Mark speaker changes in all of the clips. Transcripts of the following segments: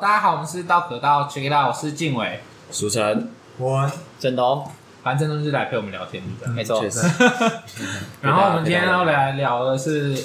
Speaker 1: 大家好，我们是道可道 c h e c k it out，我是静伟，
Speaker 2: 俗称
Speaker 3: 我
Speaker 4: 振东，
Speaker 1: 反正都是来陪我们聊天的。
Speaker 4: 没错
Speaker 2: 确，实，
Speaker 1: 然后我们今天要来聊的是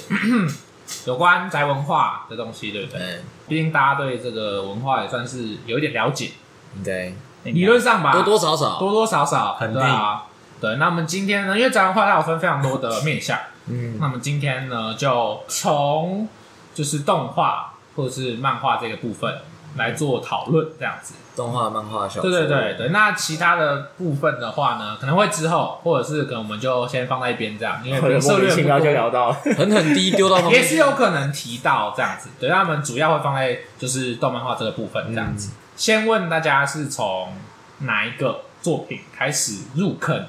Speaker 1: 有关宅文化的东西，对不对？
Speaker 2: 嗯，
Speaker 1: 毕竟大家对这个文化也算是有一点了解，
Speaker 2: 应该
Speaker 1: 理论上
Speaker 4: 啊
Speaker 1: 吧，
Speaker 2: 多多少少，
Speaker 1: 多多少少，
Speaker 3: 肯定
Speaker 1: 对啊。对，那我们今天呢，因为宅文化它有分非常多的面向，
Speaker 2: 嗯，
Speaker 1: 那么今天呢，就从就是动画或者是漫画这个部分来做讨论，这样子。
Speaker 2: 动画、漫画、小说，
Speaker 1: 对对对对，那其他的部分的话呢，可能会之后，或者是可能我们就先放在一边这样， 因为可
Speaker 4: 或者
Speaker 1: 能
Speaker 4: 莫
Speaker 1: 策
Speaker 4: 名
Speaker 1: 略
Speaker 4: 其
Speaker 1: 不
Speaker 4: 妙就
Speaker 1: 够
Speaker 4: 聊到，
Speaker 2: 狠狠低丢到旁
Speaker 1: 也
Speaker 2: 边，
Speaker 1: 是有可能提到这样子。对，那我们主要会放在就是动漫画这个部分这样
Speaker 4: 嗯
Speaker 1: 子。先问大家是从哪一个作品开始入坑？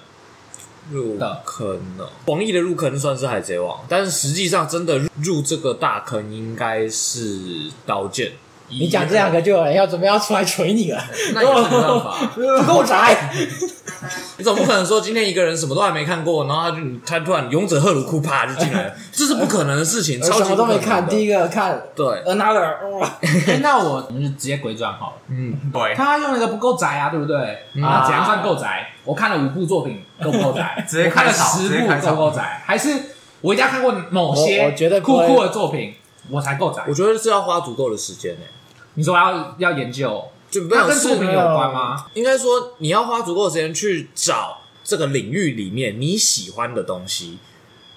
Speaker 2: 入坑 哦。广义的入坑算是海贼王，但是实际上真的入入这个大坑应该是刀剑，
Speaker 4: 你讲这两个就有人要准备要出来锤你了，
Speaker 2: 那也是没办法。
Speaker 4: 不够宅，
Speaker 2: 你总不可能说今天一个人什么都还没看过，然后他就他突然勇者赫鲁库啪就进 来了，这是不可能的事情，超级
Speaker 4: 呃什么都没看，第
Speaker 2: 一
Speaker 4: 一个看
Speaker 2: 对，
Speaker 4: Another，哇，
Speaker 1: 哎那我我们就直接鬼转好了。
Speaker 2: 嗯，
Speaker 3: 对，
Speaker 1: 他用了一个不够宅啊，对不对？啊，怎样算够宅？我看了五部作品够不够 宅？
Speaker 3: 直接
Speaker 1: 我看
Speaker 3: 开
Speaker 1: 了
Speaker 3: 扫
Speaker 1: 十
Speaker 3: 直接
Speaker 1: 部
Speaker 3: 开
Speaker 1: 够
Speaker 3: 扫
Speaker 1: 不够宅？还是我一定要看过某些
Speaker 4: 我我觉得不
Speaker 1: 酷
Speaker 4: 会
Speaker 1: 酷的作品，我才够宅
Speaker 2: 我？觉得是要花足够的时间呢、欸
Speaker 1: 你说我要要研究，
Speaker 2: 就没
Speaker 1: 那
Speaker 2: 有
Speaker 1: 跟
Speaker 2: 是
Speaker 1: 作品有关吗？
Speaker 2: 应该说你要花足够的时间去找这个领域里面你喜欢的东西，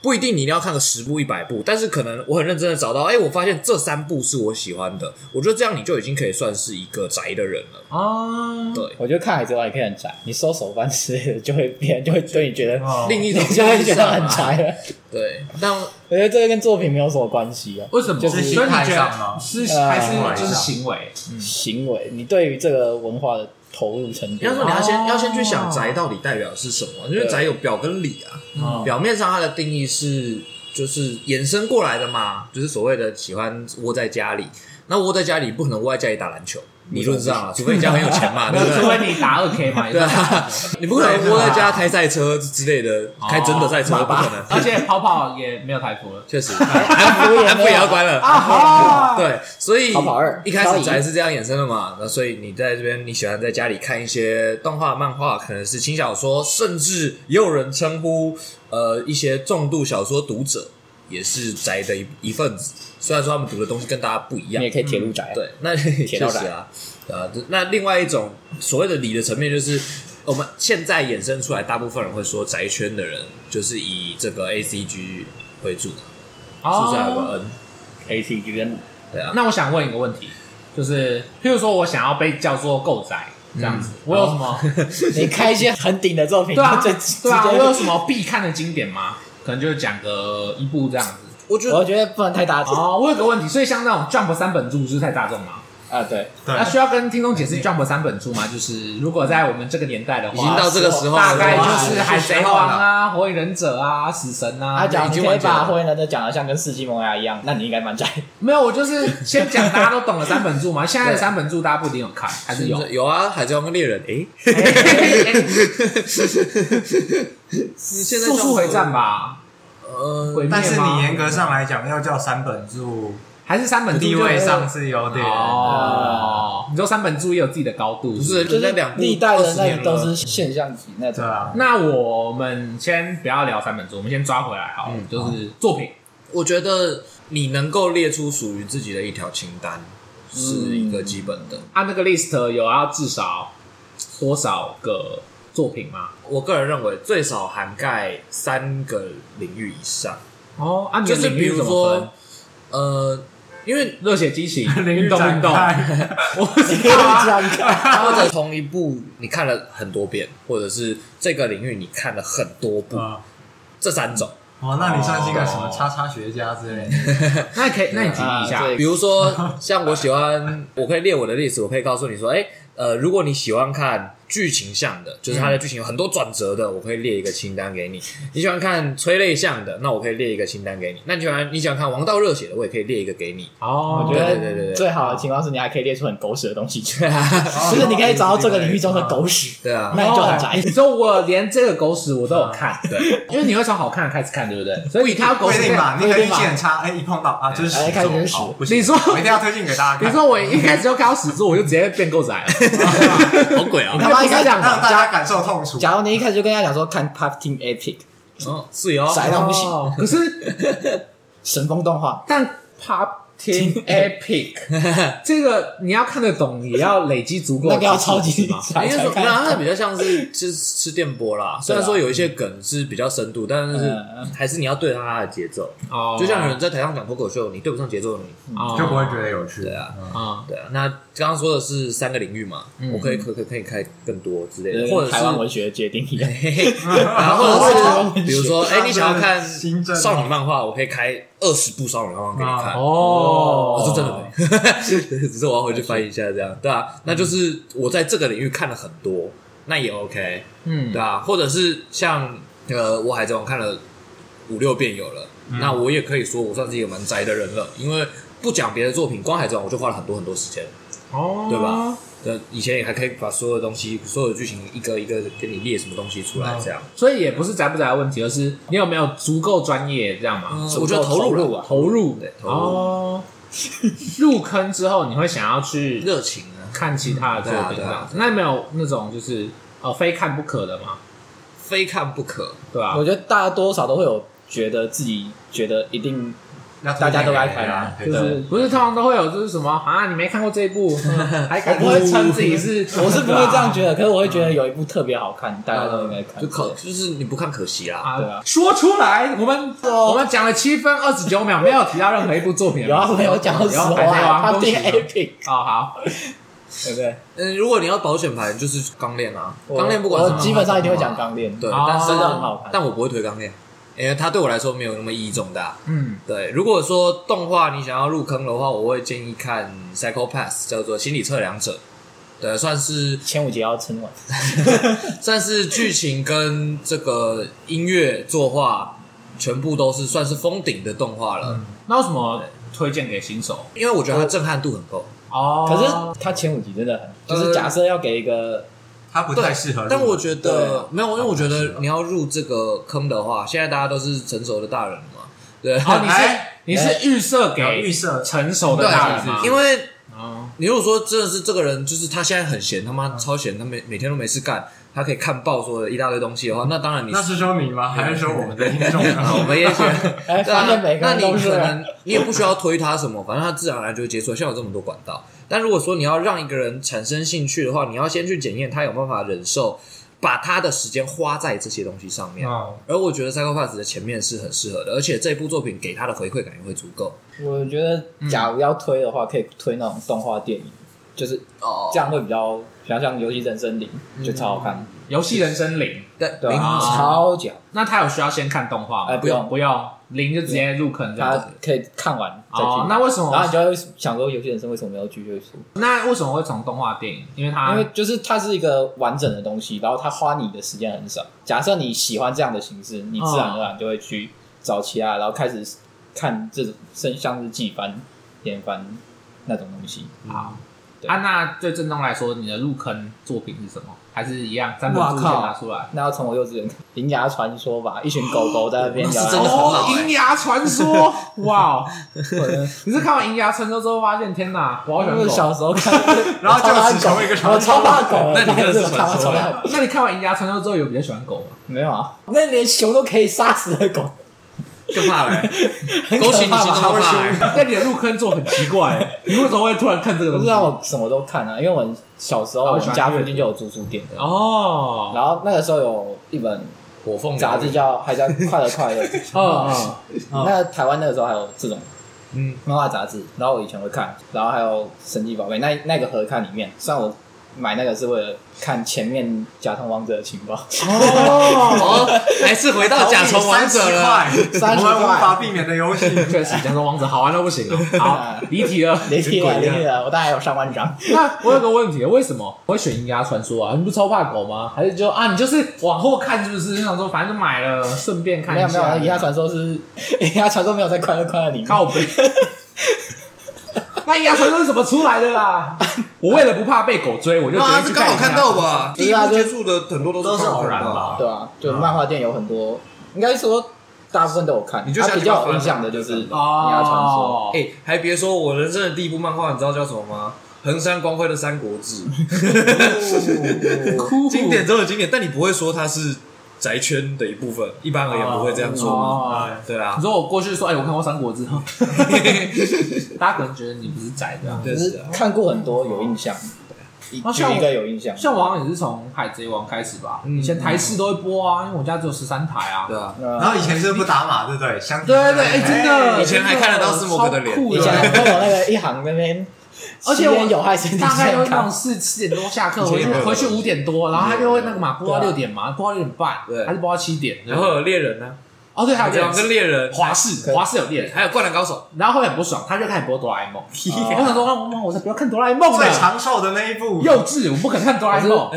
Speaker 2: 不一定你一定要看个十部一百部，但是可能我很认真的找到，哎、我发现这三部是我喜欢的，我觉得这样你就已经可以算是一个宅的人了。
Speaker 1: 哦，
Speaker 2: 对，
Speaker 4: 我觉得看海贼王也可以很宅，你收手办之类的，就会别人就会对你觉得，
Speaker 1: 哦
Speaker 2: 另一
Speaker 4: 你
Speaker 2: 种
Speaker 4: 就会觉得很
Speaker 1: 啊
Speaker 2: 宅。
Speaker 4: 宅了。
Speaker 2: 啊对，但
Speaker 4: 我觉得这个跟作品没有什么关系啊，
Speaker 1: 为什么？
Speaker 4: 就
Speaker 1: 所
Speaker 4: 是
Speaker 1: 以你觉
Speaker 3: 心态上
Speaker 1: 得
Speaker 3: 吗
Speaker 1: 是
Speaker 4: 呃
Speaker 1: 还是
Speaker 4: 行为
Speaker 1: 就是
Speaker 3: 上
Speaker 1: 行为？嗯，
Speaker 4: 行为，你对于这个文化的投入程度
Speaker 2: 应
Speaker 4: 啊
Speaker 2: 该，说你要先、
Speaker 1: 哦
Speaker 2: 要先去想宅到底代表是什么，因为宅有表跟里啊。
Speaker 3: 嗯
Speaker 2: 表面上它的定义是就是衍生过来的嘛，就是所谓的喜欢窝在家里。那窝在家里不可能窝在家里打篮球，理论上啊，除非你家很有钱 嘛，对不
Speaker 1: 哦除
Speaker 2: 对？
Speaker 1: 非你打二 K 嘛，也
Speaker 2: 对
Speaker 1: 是
Speaker 2: 啊，你不可能窝在家开赛车之类的，开真的赛车不可能。
Speaker 1: 哦而且跑跑也没有台服了。
Speaker 2: 确实，安福
Speaker 4: 服也没有
Speaker 2: 安福也要关了
Speaker 1: 啊好
Speaker 2: 对，所以
Speaker 4: 逃跑二
Speaker 2: 一开
Speaker 4: 漂
Speaker 2: 始
Speaker 4: 移
Speaker 2: 宅是这样衍生的嘛，那所以你在这边你喜欢在家里看一些动画、漫画，可能是轻小说，甚至也有人称呼呃一些重度小说读者也是宅的一一份子，虽然说他们读的东西跟大家不一样
Speaker 4: 你也，可以铁路宅，
Speaker 1: 嗯
Speaker 4: 啊
Speaker 2: 对， 那确
Speaker 4: 道
Speaker 2: 实啊，啊，这那另外一种所谓的理的层面，就是我们现在衍生出来，大部分人会说宅圈的人就是以这个 A C G 为主，是不是还有
Speaker 1: 哦，
Speaker 2: 个 N？
Speaker 4: ，A C G 跟
Speaker 2: 对啊，
Speaker 1: 那我想问一个问题，就是譬如说我想要被叫做够宅这样子，我有什 么？
Speaker 4: 你开一些很顶的作品，
Speaker 1: 对啊，
Speaker 4: 就直
Speaker 1: 对啊，
Speaker 4: 接
Speaker 1: 我有什么必看的经典吗？可能就讲个一部这样子。
Speaker 2: 我觉
Speaker 4: 我
Speaker 2: 得
Speaker 4: 觉得不能太大
Speaker 1: 哦，我有个问题，所以像那种 Jump 三本柱就是太大众嘛？
Speaker 4: 啊，对，
Speaker 1: 那
Speaker 3: 对，
Speaker 1: 需要跟听众解释 Jump 三本柱吗？就是如果在我们这个年代的话，
Speaker 2: 已经到这个时候
Speaker 1: 大
Speaker 2: 了，
Speaker 1: 概就是
Speaker 2: 哇哦
Speaker 1: 海贼王，啊、火影忍者啊、死神啊。
Speaker 4: 他讲
Speaker 2: 已
Speaker 4: 你
Speaker 2: 经
Speaker 4: 可以
Speaker 2: 完结
Speaker 4: 把
Speaker 2: 了
Speaker 4: 火影忍者讲的像跟世纪萌芽一样，那你应该蛮宅。
Speaker 1: 没有，我就是先讲大家都懂了三本柱嘛。现在的
Speaker 2: 对
Speaker 1: 三本柱大家不一定有看，还 是有。
Speaker 2: 有啊，海贼王跟猎人，诶， 现在
Speaker 1: 速速回战吧，
Speaker 2: 呃，
Speaker 1: 鬼灭吗
Speaker 3: 但是你严格上来讲，要叫三本柱
Speaker 1: 还是三本柱
Speaker 3: 地
Speaker 1: 就
Speaker 3: 位上是有点，
Speaker 1: 哦。你说三本柱也有自己的高度，
Speaker 2: 不是
Speaker 4: 就
Speaker 2: 人家
Speaker 4: 是
Speaker 2: 两部
Speaker 4: 历代的
Speaker 2: 20
Speaker 4: 那
Speaker 2: 年
Speaker 4: 个都是
Speaker 2: 了
Speaker 4: 现象级那
Speaker 3: 对
Speaker 4: 种，
Speaker 3: 啊，
Speaker 1: 那我们先不要聊三本柱，我们先抓回来好了，
Speaker 2: 嗯
Speaker 1: 就是作品。
Speaker 2: 我觉得你能够列出属于自己的一条清单，是一个基本的。
Speaker 1: 按那个 list 有要至少多少个作品吗？
Speaker 2: 我个人认为最少涵盖三个领域以上，
Speaker 1: 哦，按、啊、你
Speaker 2: 就
Speaker 1: 的
Speaker 2: 是
Speaker 1: 领
Speaker 2: 比
Speaker 1: 域
Speaker 2: 如
Speaker 1: 怎么分
Speaker 2: 说？，呃，因为
Speaker 1: 热血激情、
Speaker 3: 领域
Speaker 1: 运动、运动，
Speaker 3: 展
Speaker 1: 我
Speaker 4: 可以这样看。
Speaker 2: 或者同一部你看了很多遍，或者是这个领域你看了很多部，
Speaker 3: 嗯
Speaker 2: 这三种。
Speaker 3: 哦，那你算是一个什么叉叉学家之类的？
Speaker 1: 那你可以，那你举例一
Speaker 4: 啊
Speaker 1: 下。
Speaker 4: 对
Speaker 2: 比如说，像我喜欢，我可以列我的例子，我可以告诉你说，哎、呃，如果你喜欢看剧情向的，就是它的剧情有很多转折的，我可以列一个清单给你。你喜欢看催泪向的，那我可以列一个清单给你。那你喜欢你喜欢看王道热血的，我也可以列一个给你。
Speaker 1: 哦
Speaker 4: 我觉
Speaker 2: 对对对
Speaker 4: 得
Speaker 2: 对
Speaker 4: 最好的情况是你还可以列出很狗屎的 东西，
Speaker 1: 哦
Speaker 4: 就是你可以找到这个领域
Speaker 3: 哦
Speaker 4: 中的狗屎，
Speaker 2: 哦对啊，
Speaker 4: 那你就很宅
Speaker 1: 你。说我连这个狗屎我都有看，
Speaker 2: 对，
Speaker 1: 因为你会从好看的开始看，对不对？所以你看到狗
Speaker 3: 不一
Speaker 1: 屎
Speaker 3: 定吧？
Speaker 1: 片
Speaker 3: 你可能运气很差，哎，一碰到啊，这是
Speaker 4: 哎
Speaker 3: 屎
Speaker 4: 看
Speaker 3: 座
Speaker 4: 真实
Speaker 3: 好不行
Speaker 1: 你说
Speaker 3: 我一定要推荐给大家看。
Speaker 1: 你说我一开始就看到屎之后，我就直接变狗仔了，
Speaker 2: 好鬼啊！
Speaker 4: 他妈一开始
Speaker 3: 让
Speaker 4: 讲，
Speaker 3: 大
Speaker 4: 假
Speaker 3: 家感受痛楚，
Speaker 4: 假如你一开始就跟他讲说看 p a p t i n g Epic
Speaker 2: 哦，是哦，
Speaker 4: 宅到不行，
Speaker 1: 哦可是
Speaker 4: 神风动画，
Speaker 1: 但 Pop Team Epic 这个你要看得懂，也要累积足够的知
Speaker 4: 那个
Speaker 1: 识，
Speaker 4: 要超级
Speaker 1: 是吗
Speaker 4: 宅
Speaker 2: 应该 哦
Speaker 4: 才
Speaker 2: 说，没有，
Speaker 4: 看得
Speaker 2: 它
Speaker 4: 懂。
Speaker 2: 比较像是就是吃电波啦。虽然说有一些梗是比较深度，但是
Speaker 4: 嗯
Speaker 2: 还是你要对它的节奏。
Speaker 1: 哦，
Speaker 2: 就像有人在台上讲脱口秀，你对不上节奏，你
Speaker 1: 哦
Speaker 3: 就不会觉得有趣。
Speaker 2: 对啊，
Speaker 1: 啊，
Speaker 2: 对啊。那刚刚说的是三个领域嘛，
Speaker 3: 嗯
Speaker 2: 我可以可可可以开更多之类
Speaker 4: 就
Speaker 2: 的，
Speaker 4: 是
Speaker 2: 或者
Speaker 4: 台湾文
Speaker 2: 是。
Speaker 4: 学的决定一样，
Speaker 2: 嘿嘿然后
Speaker 3: 哦
Speaker 2: 或者是，比如说，
Speaker 3: 台
Speaker 2: 哎，
Speaker 3: 湾文学
Speaker 2: 你想要看
Speaker 3: 新政啊
Speaker 2: 少女漫画，我可以开二十部少女漫画给你看。
Speaker 1: 哦
Speaker 2: 哦，是真的没， 只是我要回去翻译一下这样，对啊，那就是我在这个领域看了很多，那也 OK，
Speaker 1: 嗯
Speaker 2: 对，啊，或者是像呃，我海贼王看了五六遍有了，
Speaker 3: 嗯
Speaker 2: 那我也可以说我算是一个蛮宅的人了，因为不讲别的作品，光海贼王我就花了很多很多时间，
Speaker 1: 哦，
Speaker 2: 对吧？呃，以前也还可以把所有的东西、所有的剧情一个一个给你列什么东西出来，这样，
Speaker 1: 所以也不是宅不宅的问题，而是你有没有足够专业，这样吗？
Speaker 2: 嗯我觉得投入了
Speaker 4: 啊，
Speaker 1: 投入
Speaker 2: 对投入
Speaker 1: 哦，入坑之后你会想要去
Speaker 2: 热情啊，
Speaker 1: 看其他的作品这
Speaker 2: 对啊对
Speaker 1: 样
Speaker 2: 啊
Speaker 1: 子。那有没有那种就是呃非看不可的嘛？
Speaker 2: 非看不可，
Speaker 1: 对吧
Speaker 4: 我？觉得大家多少都会有觉得自己觉得一定
Speaker 3: 要推
Speaker 4: 大
Speaker 3: 荐
Speaker 4: 家都
Speaker 3: 给
Speaker 4: 爱看啊，
Speaker 3: 对
Speaker 4: 就
Speaker 3: 对
Speaker 4: 是
Speaker 1: 不是通常都会有就是什么啊？你没看过这一部， 嗯还敢
Speaker 4: 我不会
Speaker 1: 称自己是？
Speaker 4: 我是不会这样觉得，可是我会觉得有一部特别好看，大家都应该看。
Speaker 2: 呃就可就是你不看可惜啦，
Speaker 4: 对啊
Speaker 1: 说出来，我们
Speaker 4: 哦
Speaker 1: 我们讲了七分二十九秒，没有提到任何一部作品。
Speaker 4: 有啊，没有讲到实
Speaker 1: 有
Speaker 4: 话
Speaker 1: 海贼
Speaker 4: 啊，
Speaker 1: 王
Speaker 4: 他
Speaker 1: 恭
Speaker 4: 定
Speaker 1: 喜
Speaker 4: Epic，
Speaker 1: 哦，好，
Speaker 4: 对不对？
Speaker 2: 嗯，如果你要保险牌，就是钢链啊，钢链不管
Speaker 4: 我
Speaker 2: 是
Speaker 4: 基本上一定会讲钢链，
Speaker 2: 对，
Speaker 1: 哦
Speaker 2: 但是、
Speaker 4: 很好看
Speaker 2: 但我不会推钢链，因为它对我来说没有那么意义重大。
Speaker 1: 嗯，
Speaker 2: 对，如果说动画你想要入坑的话，我会建议看《Psycho Pass》，叫做《心理测量者》。对，算 是
Speaker 4: 前五节要撑完。
Speaker 2: 算是剧情跟这个音乐作画全部都是算是封顶的动画了，
Speaker 1: 那有什么推荐给新手？
Speaker 2: 因为我觉得它震撼度很够。
Speaker 1: 哦，
Speaker 4: 可是他前五集真的很，
Speaker 2: 呃
Speaker 4: 就是假设要给一个
Speaker 3: 它不太适合入。
Speaker 2: 但
Speaker 1: 啊
Speaker 2: 我觉得没有，因为我觉
Speaker 3: 是
Speaker 2: 得
Speaker 3: 哦
Speaker 2: 你要入这个坑的话，现在大家都是成熟的大人了嘛。对，
Speaker 1: 哦，你是啊
Speaker 3: 哎
Speaker 1: 你是预设
Speaker 3: 有
Speaker 1: 给
Speaker 3: 预设
Speaker 1: 成熟的大人吗？
Speaker 2: 对，因为
Speaker 1: 哦
Speaker 2: 你如果说真的是这个人，就是他现在很闲，他妈超闲，他每每天都没事干，他可以看报说的一大堆东西的话，那当然你
Speaker 3: 那是说你吗？还是说我们的听众呢？
Speaker 2: 我们也喜欢
Speaker 4: 哎
Speaker 2: 对啊
Speaker 4: 反正每，个
Speaker 2: 那
Speaker 4: 人
Speaker 2: 你
Speaker 4: 都是
Speaker 2: 可能你也不需要推他什么，反正他自然而然就会接触。现在有这么多管道，但如果说你要让一个人产生兴趣的话，你要先去检验他有没有办法忍受把他的时间花在这些东西上面。
Speaker 3: 哦
Speaker 2: 而我觉得《Psychopath》的前面是很适合的，而且这部作品给他的回馈感也会足够。
Speaker 4: 我觉得，假如要推的话，可以推那种动画电影，就是
Speaker 2: 哦
Speaker 4: 这样会比较比较像《游戏人生》里就超好看，
Speaker 1: 游戏人生零，
Speaker 2: 但
Speaker 4: 对
Speaker 2: 嗯零
Speaker 4: 啊，
Speaker 1: 啊
Speaker 4: 超屌，
Speaker 1: 那他有需要先看动画吗？
Speaker 4: 哎不用
Speaker 1: 不用，零就直接入坑这样
Speaker 4: 他
Speaker 1: 子。
Speaker 4: 可以看完再
Speaker 1: 哦
Speaker 4: 去，。
Speaker 1: 那为什么
Speaker 4: 然后你就会想说，《游戏人生》为什么没有继续出？
Speaker 1: 那为什么会从动画电影？因为
Speaker 2: 啊
Speaker 1: 它
Speaker 4: 因为就是它是一个完整的东西，然后它花你的时间很少。假设你喜欢这样的形式，你自然而然就会去找其他，然后开始看这种像像是季番、连番那种东西。
Speaker 1: 好
Speaker 4: 对
Speaker 1: 啊，那对正宗来说，你的入坑作品是什么？还是一样三本
Speaker 4: 哇
Speaker 1: 书先
Speaker 4: 靠
Speaker 1: 拿出来？
Speaker 4: 那要从我幼稚园看《银牙传说》吧，一群狗狗在那 边
Speaker 2: 那是
Speaker 4: 摇来
Speaker 2: 真的
Speaker 4: 摇
Speaker 2: 很老
Speaker 1: 哦，
Speaker 2: 欸
Speaker 1: 银牙传 说，哇！
Speaker 4: 去我
Speaker 1: 你是看完银牙传说之后发现，天哪，我好喜欢
Speaker 4: 就是
Speaker 1: 狗。啊
Speaker 4: 小时候看，然
Speaker 3: 然后就
Speaker 4: 超怕
Speaker 3: 只成为一个
Speaker 4: 狗，我超怕狗的，
Speaker 2: 那你真的是
Speaker 4: 我超怕
Speaker 2: 传说
Speaker 4: 超怕狗
Speaker 1: 那你看完银牙传说之后，有比较喜欢狗吗？
Speaker 4: 没有啊？那连熊都可以杀死的狗，
Speaker 2: 更怕了、
Speaker 4: 很
Speaker 2: 恭
Speaker 4: 可
Speaker 2: 喜你
Speaker 4: 怕
Speaker 3: 啊
Speaker 2: 心中
Speaker 4: 吧？
Speaker 2: 的怕、欸。
Speaker 1: 那你的入坑作很奇怪欸， 你为什么会突然看这个
Speaker 4: 不
Speaker 1: 东
Speaker 4: 是
Speaker 1: 西？
Speaker 4: 让我什么都看啊，因为我小时候
Speaker 1: 哦
Speaker 4: 我
Speaker 1: 喜
Speaker 4: 们
Speaker 1: 欢
Speaker 4: 家
Speaker 1: 阅
Speaker 4: 附
Speaker 1: 读
Speaker 4: 近就有租书店的，
Speaker 1: 哦，
Speaker 4: 然后那个时候有一本
Speaker 2: 火凤
Speaker 4: 杂志叫还叫《快乐快乐》，
Speaker 1: 嗯嗯，
Speaker 4: 那台湾那个时候还有这种
Speaker 2: 嗯
Speaker 4: 漫画杂志，然后我以前会看，然后还有《神奇宝贝》那那个合看里面，虽然我买那个是为了看前面甲虫王者 的情报，
Speaker 2: 哦，还是回到甲虫王者了。
Speaker 3: 30块
Speaker 4: 30
Speaker 3: 我们无法避免的游戏。
Speaker 1: 确实，假装王者好玩到不行了。好，离题了。
Speaker 4: 离题了，
Speaker 1: 滚
Speaker 4: 离
Speaker 1: 呀
Speaker 4: 题了，啊我大概有上万张。
Speaker 1: 那我有个问题，为什么我会选《银牙传说》啊？你不超怕狗吗？还是就啊，你就是往后看是不是？就想说反正就买了，顺便看
Speaker 4: 没有
Speaker 1: 一
Speaker 4: 没有，那
Speaker 1: 下。
Speaker 4: 《银牙传说》是《银牙传说》没有在快乐快乐里面，
Speaker 1: 靠背。那《银牙传说》是怎么出来的啦？我为了不怕被狗追，我就
Speaker 2: 哇，
Speaker 3: 啊
Speaker 1: 直接
Speaker 2: 这
Speaker 1: 去
Speaker 2: 刚好
Speaker 1: 看
Speaker 2: 看
Speaker 1: 一下
Speaker 2: 到？吧？第
Speaker 4: 对
Speaker 2: 一
Speaker 4: 啊
Speaker 2: 部
Speaker 4: 就
Speaker 2: 接触的很多都
Speaker 1: 都是
Speaker 2: 刚好
Speaker 1: 偶然
Speaker 2: 看到
Speaker 1: 吧
Speaker 4: 对啊，就漫画店有很多，应该说大部分都有看。
Speaker 2: 你就
Speaker 4: 啊
Speaker 2: 下去
Speaker 4: 比较有
Speaker 2: 翻
Speaker 4: 印
Speaker 2: 啊
Speaker 4: 象的就是《银牙 传说》，
Speaker 1: 哦，
Speaker 2: 哎、还别说，我人生的第一部漫画，你知道叫什么吗？横山光辉的《三国 志》，
Speaker 4: 哎
Speaker 1: 哭
Speaker 2: 经典中的经典，但你不会说它是宅圈的一部分，一般而言不会这样说。
Speaker 1: 哦
Speaker 2: 对啊
Speaker 1: 你，说我过去说，哎、我看过《三 国志》哦，大家可能觉得你不是宅的、啊。
Speaker 2: 对
Speaker 4: 只
Speaker 2: 是
Speaker 4: 是
Speaker 2: 啊，
Speaker 4: 看过很多有印象，一
Speaker 1: 那
Speaker 4: 举
Speaker 1: 像
Speaker 4: 一
Speaker 1: 我
Speaker 4: 个有印象。
Speaker 1: 像我好像也是从《海贼王》开始吧，以前台式都会播啊，因为我家只有十三台啊。
Speaker 2: 嗯对啊。
Speaker 4: 然
Speaker 3: 然后以前是不打码，对不对？相
Speaker 1: 对对对，哎、真的，
Speaker 2: 以前还看得到
Speaker 1: 真
Speaker 2: 斯摩格的脸
Speaker 1: 超酷，
Speaker 4: 以前还会有那个一行那边
Speaker 1: 而且
Speaker 4: 吸
Speaker 1: 我
Speaker 4: 烟有害身体
Speaker 1: 大概都
Speaker 4: 健
Speaker 1: 那种
Speaker 4: 康。
Speaker 1: 四七点多下课，回
Speaker 2: 以前也
Speaker 1: 去
Speaker 2: 没有
Speaker 1: 回去五点多，然后他就会那个嘛，播到
Speaker 4: 对
Speaker 1: 六
Speaker 4: 啊
Speaker 1: 点嘛，播到六点半，
Speaker 2: 对
Speaker 1: 还是播到七点。
Speaker 2: 然后有猎人呢、
Speaker 1: 哦，对，还
Speaker 2: 啊，
Speaker 1: 有
Speaker 2: 这样
Speaker 1: 这
Speaker 2: 跟
Speaker 1: 个
Speaker 2: 猎人，
Speaker 1: 华视，
Speaker 4: 对
Speaker 1: 华视有猎人，
Speaker 2: 还有灌篮高手，
Speaker 1: 然后后来很不爽，他就开始播哆啦 A 梦。
Speaker 4: 啊
Speaker 1: 我想说，哇哇我才不要看哆啦 A 梦
Speaker 3: 最
Speaker 1: 呢，
Speaker 3: 长寿的那一 部，
Speaker 1: 幼稚，我不肯看哆啦 A 梦。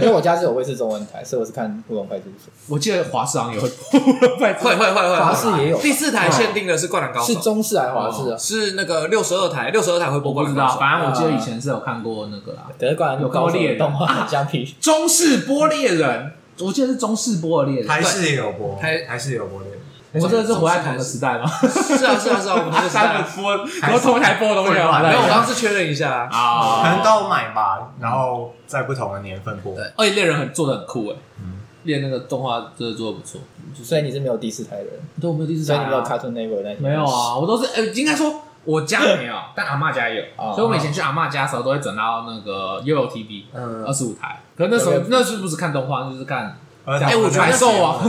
Speaker 4: 因为我家是有卫视中文台，所以我是看《乌龙派出所
Speaker 1: 我记得华视好像也会播，拜托
Speaker 2: 会会会会，
Speaker 4: 华视也有吧
Speaker 2: 第四台限定的是灌篮高》，
Speaker 4: 是
Speaker 2: 手，哦
Speaker 4: 中视还是华视啊？
Speaker 2: 是那个六十二台，六十二台会 播
Speaker 1: 我不
Speaker 2: 灌
Speaker 1: 知
Speaker 2: 篮
Speaker 1: 道，
Speaker 2: 高手。
Speaker 1: 反正我记得以前是有看过那个啦，
Speaker 4: 德冠
Speaker 1: 有
Speaker 4: 有
Speaker 1: 看过
Speaker 4: 高手
Speaker 1: 猎
Speaker 4: 的
Speaker 1: 人
Speaker 4: 动画很像皮，
Speaker 1: 中式播猎人，我记得是中式播的猎人。
Speaker 3: 台式也有播，
Speaker 2: 台
Speaker 3: 台式也有播的。
Speaker 1: 我们真的是活在同一个时代 吗？
Speaker 2: 是啊是啊是啊，我们这个时代
Speaker 1: 三
Speaker 2: 啊
Speaker 1: 个播，然后同一台播的东西啊，
Speaker 3: 对
Speaker 2: 没有，我
Speaker 1: 啊
Speaker 2: 刚刚是确认一下啊。
Speaker 1: 啊，
Speaker 3: 可能都有买吧，然后在不同的年份播。
Speaker 2: 对
Speaker 1: 哦而且猎人很做的很酷哎，猎那个动画真的做的不错。
Speaker 4: 所以你是没有第四台的人，
Speaker 1: 对，我没有第四
Speaker 4: 所
Speaker 1: 台
Speaker 4: 以你没有
Speaker 1: 啊，
Speaker 4: Cartoon Network 那些
Speaker 1: 没有啊，我都是呃，应该说我家没有，但阿嬷家有，
Speaker 4: 哦
Speaker 1: 所以我们以前去阿嬷家的时候都会转到那个 y o TV
Speaker 2: 嗯
Speaker 1: 二，十五台，可那时候那是不是看动画就是看
Speaker 3: 而
Speaker 2: 哎我觉得
Speaker 1: 百兽啊？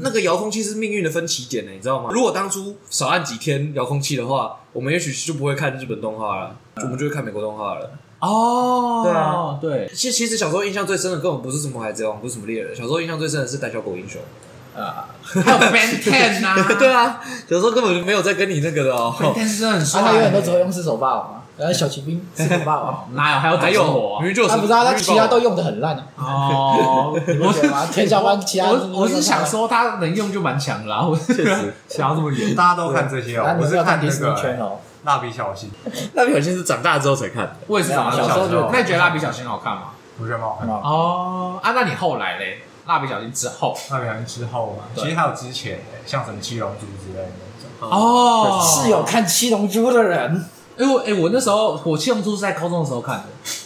Speaker 2: 那个遥控器是命运的分歧点呢、欸你知道吗？如果当初少按几天遥控器的话，我们也许就不会看日本动画了，我们就会看美国动画了。
Speaker 1: 哦，对啊，对，
Speaker 2: 其其实小时候印象最深的根本不是什么海贼王，不是什么猎人，小时候印象最深的是胆小狗英雄。
Speaker 4: 啊，
Speaker 1: 还有 Ben Ten 呐，
Speaker 2: 对啊，小时候根本就没有在跟你那个的哦。
Speaker 1: ，Ben Ten 真的很
Speaker 4: 啊，他
Speaker 1: 帅
Speaker 4: 永远都
Speaker 1: 欸，
Speaker 4: 只会用四手霸王啊，然后小骑兵四手霸王，
Speaker 1: 哪有还有
Speaker 2: 还
Speaker 1: 还
Speaker 2: 有
Speaker 1: 有我
Speaker 2: 明明就有啊
Speaker 4: 他
Speaker 2: 神
Speaker 4: 不知道他
Speaker 2: 明明就
Speaker 4: 其
Speaker 2: 有
Speaker 4: 他都用的很烂啊，
Speaker 1: 哦，我
Speaker 4: 对吗？田小班 其他
Speaker 1: 我我是想，说他能用就蛮强的啦，啊我确实想要这么远。
Speaker 3: 大家都看这些
Speaker 4: 然
Speaker 3: 哦，
Speaker 4: 后
Speaker 3: 我
Speaker 4: 你
Speaker 3: 是
Speaker 4: 要
Speaker 3: 看
Speaker 4: 看
Speaker 3: 那
Speaker 4: 迪士尼圈
Speaker 3: 个
Speaker 4: 哦，
Speaker 3: 蜡笔小新，
Speaker 2: 那表现是长大之后才看的。
Speaker 1: 我也是长大
Speaker 4: 小时候就
Speaker 1: 那你觉得蜡笔小新好看吗？
Speaker 3: 我觉得蛮好看。
Speaker 4: 啊，
Speaker 1: 哦啊，那你后来嘞？蜡笔小新之后
Speaker 3: 蜡笔小新之后啊，
Speaker 1: 对
Speaker 3: 其实还有之前的，像什么七龙珠之类的那种。
Speaker 1: 哦
Speaker 4: 是有，看七龙珠的人，
Speaker 1: 因为我哎，我那时候我七龙珠是在高中的时候看的，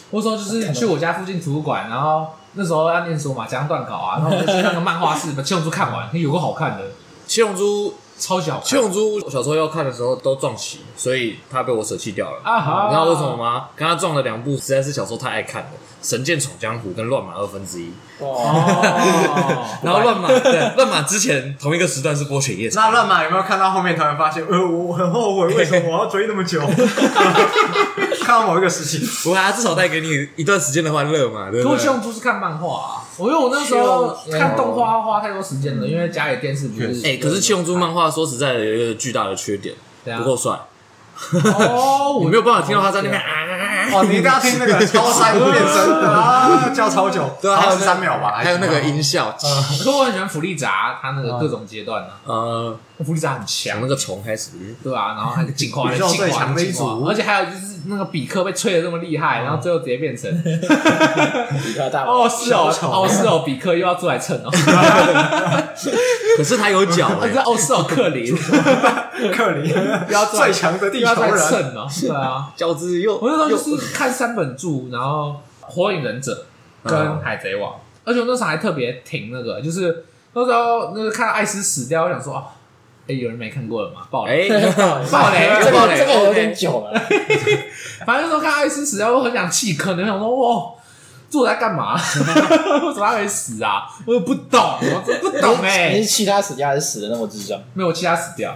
Speaker 1: 我那时候就是去我家附近图书馆，然后那时候要念书嘛，加上断考 啊，然后我就去那个漫画室把七龙珠看完，有个好看的，
Speaker 2: 七龙珠，
Speaker 1: 超级好看。
Speaker 2: 七龙珠小时候要看的时候都撞期，所以他被我舍弃掉了。
Speaker 1: 啊哈，
Speaker 2: 你知道为什么？吗？刚刚撞了两部，实在是小时候太爱看了，《神剑闯江湖》跟《乱马二分之一》。
Speaker 4: 哦
Speaker 1: 哦，
Speaker 2: 然后乱马，对，乱马之前同一个时段是播《犬夜叉
Speaker 3: 那乱马有没有看到后面突然发现，呃，我很后悔，为什么我要追那么久？ 看到某一个事情，》，
Speaker 2: 不过它至少带给你一段时间的欢乐嘛，对
Speaker 1: 可
Speaker 2: 不
Speaker 1: 我七
Speaker 2: 对？
Speaker 1: 龙珠是看漫画啊，我因为我那时候
Speaker 4: 七龙珠
Speaker 1: 看动画花太多时间了，
Speaker 2: 嗯
Speaker 1: 因为家里电视不是。
Speaker 2: 哎、可是七龙珠漫画说实在的有一个巨大的缺点，
Speaker 1: 怎样
Speaker 2: 不够帅，
Speaker 1: 哦，
Speaker 2: 我
Speaker 1: 我
Speaker 2: 没有办法听到他在那边啊。
Speaker 3: 哦，你一定要听那个 超三变身啊，叫超久，
Speaker 2: 对啊，还
Speaker 3: 二
Speaker 2: 有
Speaker 3: 十三秒吧，
Speaker 2: 还有那个
Speaker 3: 一，
Speaker 2: 音效，
Speaker 1: 可我很喜欢福利闸，它那个各种阶段呢，
Speaker 2: 呃，
Speaker 1: 福利闸很
Speaker 2: 讲
Speaker 1: 强
Speaker 2: 那，个虫开始，
Speaker 1: 对啊，然后还是进化，
Speaker 3: 宇宙
Speaker 1: 进
Speaker 3: 最
Speaker 1: 化，
Speaker 3: 强的一
Speaker 1: 进化
Speaker 3: 组
Speaker 1: 而且还有就是那个比克被吹的那么厉害，然后最后直接变 成
Speaker 4: 比较大
Speaker 1: 哦是哦
Speaker 3: 小丑
Speaker 1: 哦是 哦，比克又要出来蹭哦，
Speaker 2: 可是他有 脚
Speaker 1: 哦
Speaker 2: 哎、
Speaker 1: 是哦是哦，克 林
Speaker 3: 克林最强的地
Speaker 1: 又要出
Speaker 3: 球
Speaker 1: 来
Speaker 3: 人，
Speaker 1: 蹭哦，对啊，
Speaker 2: 脚趾又
Speaker 1: 我那时候就
Speaker 2: 又
Speaker 1: 是看三本柱，然后火影忍者跟
Speaker 2: 嗯
Speaker 1: 海贼王，而且我那时候还特别停那个，就是那时候那个看到艾斯死掉，我想说啊，哎有人没看过了吗？爆雷。
Speaker 2: 哎，
Speaker 1: 爆雷
Speaker 4: 这
Speaker 2: 爆
Speaker 4: 个
Speaker 2: 雷
Speaker 4: 这个有
Speaker 2: OK
Speaker 4: 点久了，
Speaker 1: 反正那时候看爱斯死掉，我很想弃坑的，我想说哇，作者在干嘛？为什么他会死啊？我也不懂，我真不懂哎、
Speaker 4: 你是气他死掉还是死的那么智障？
Speaker 1: 没有，我气他死掉，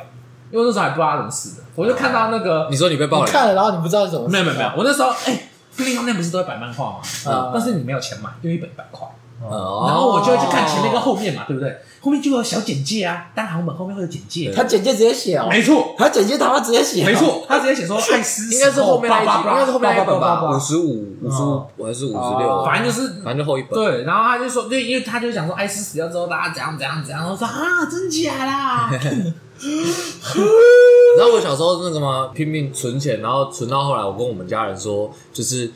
Speaker 1: 因为那时候还不知道他怎么死的，我就看到那个
Speaker 2: 你说你被爆
Speaker 4: 你
Speaker 2: 雷，
Speaker 4: 看了然后你不知道是怎么死
Speaker 1: 没
Speaker 4: 的，
Speaker 1: 有没有没有，我那时候哎、便利商店不是都会摆漫画吗？
Speaker 4: 嗯
Speaker 1: 但是你没有钱买，就一本一百块。
Speaker 2: 哦
Speaker 1: 然后我就会去看前面跟后面嘛，对不对？后面就有小简介啊，单行本后面会有简介。
Speaker 4: 他简介直接写哦，
Speaker 1: 没错，
Speaker 4: 他简介他妈直接写，哦
Speaker 1: 没，错，他直接写说爱思
Speaker 2: 应该是后面那一集，应该是后面那一本吧，五
Speaker 1: 吧。
Speaker 2: 十五、五十五还是五十六，
Speaker 4: 哦
Speaker 1: 嗯反正就是
Speaker 2: 反正就后一本。
Speaker 1: 对，然后他就说，就因为他就想说，艾斯死掉之后，大家怎样怎样怎样，我说啊，真假啦？
Speaker 2: 然后我小时候那个嘛，拼命存钱，然后存到后来，我跟我们家人说，就是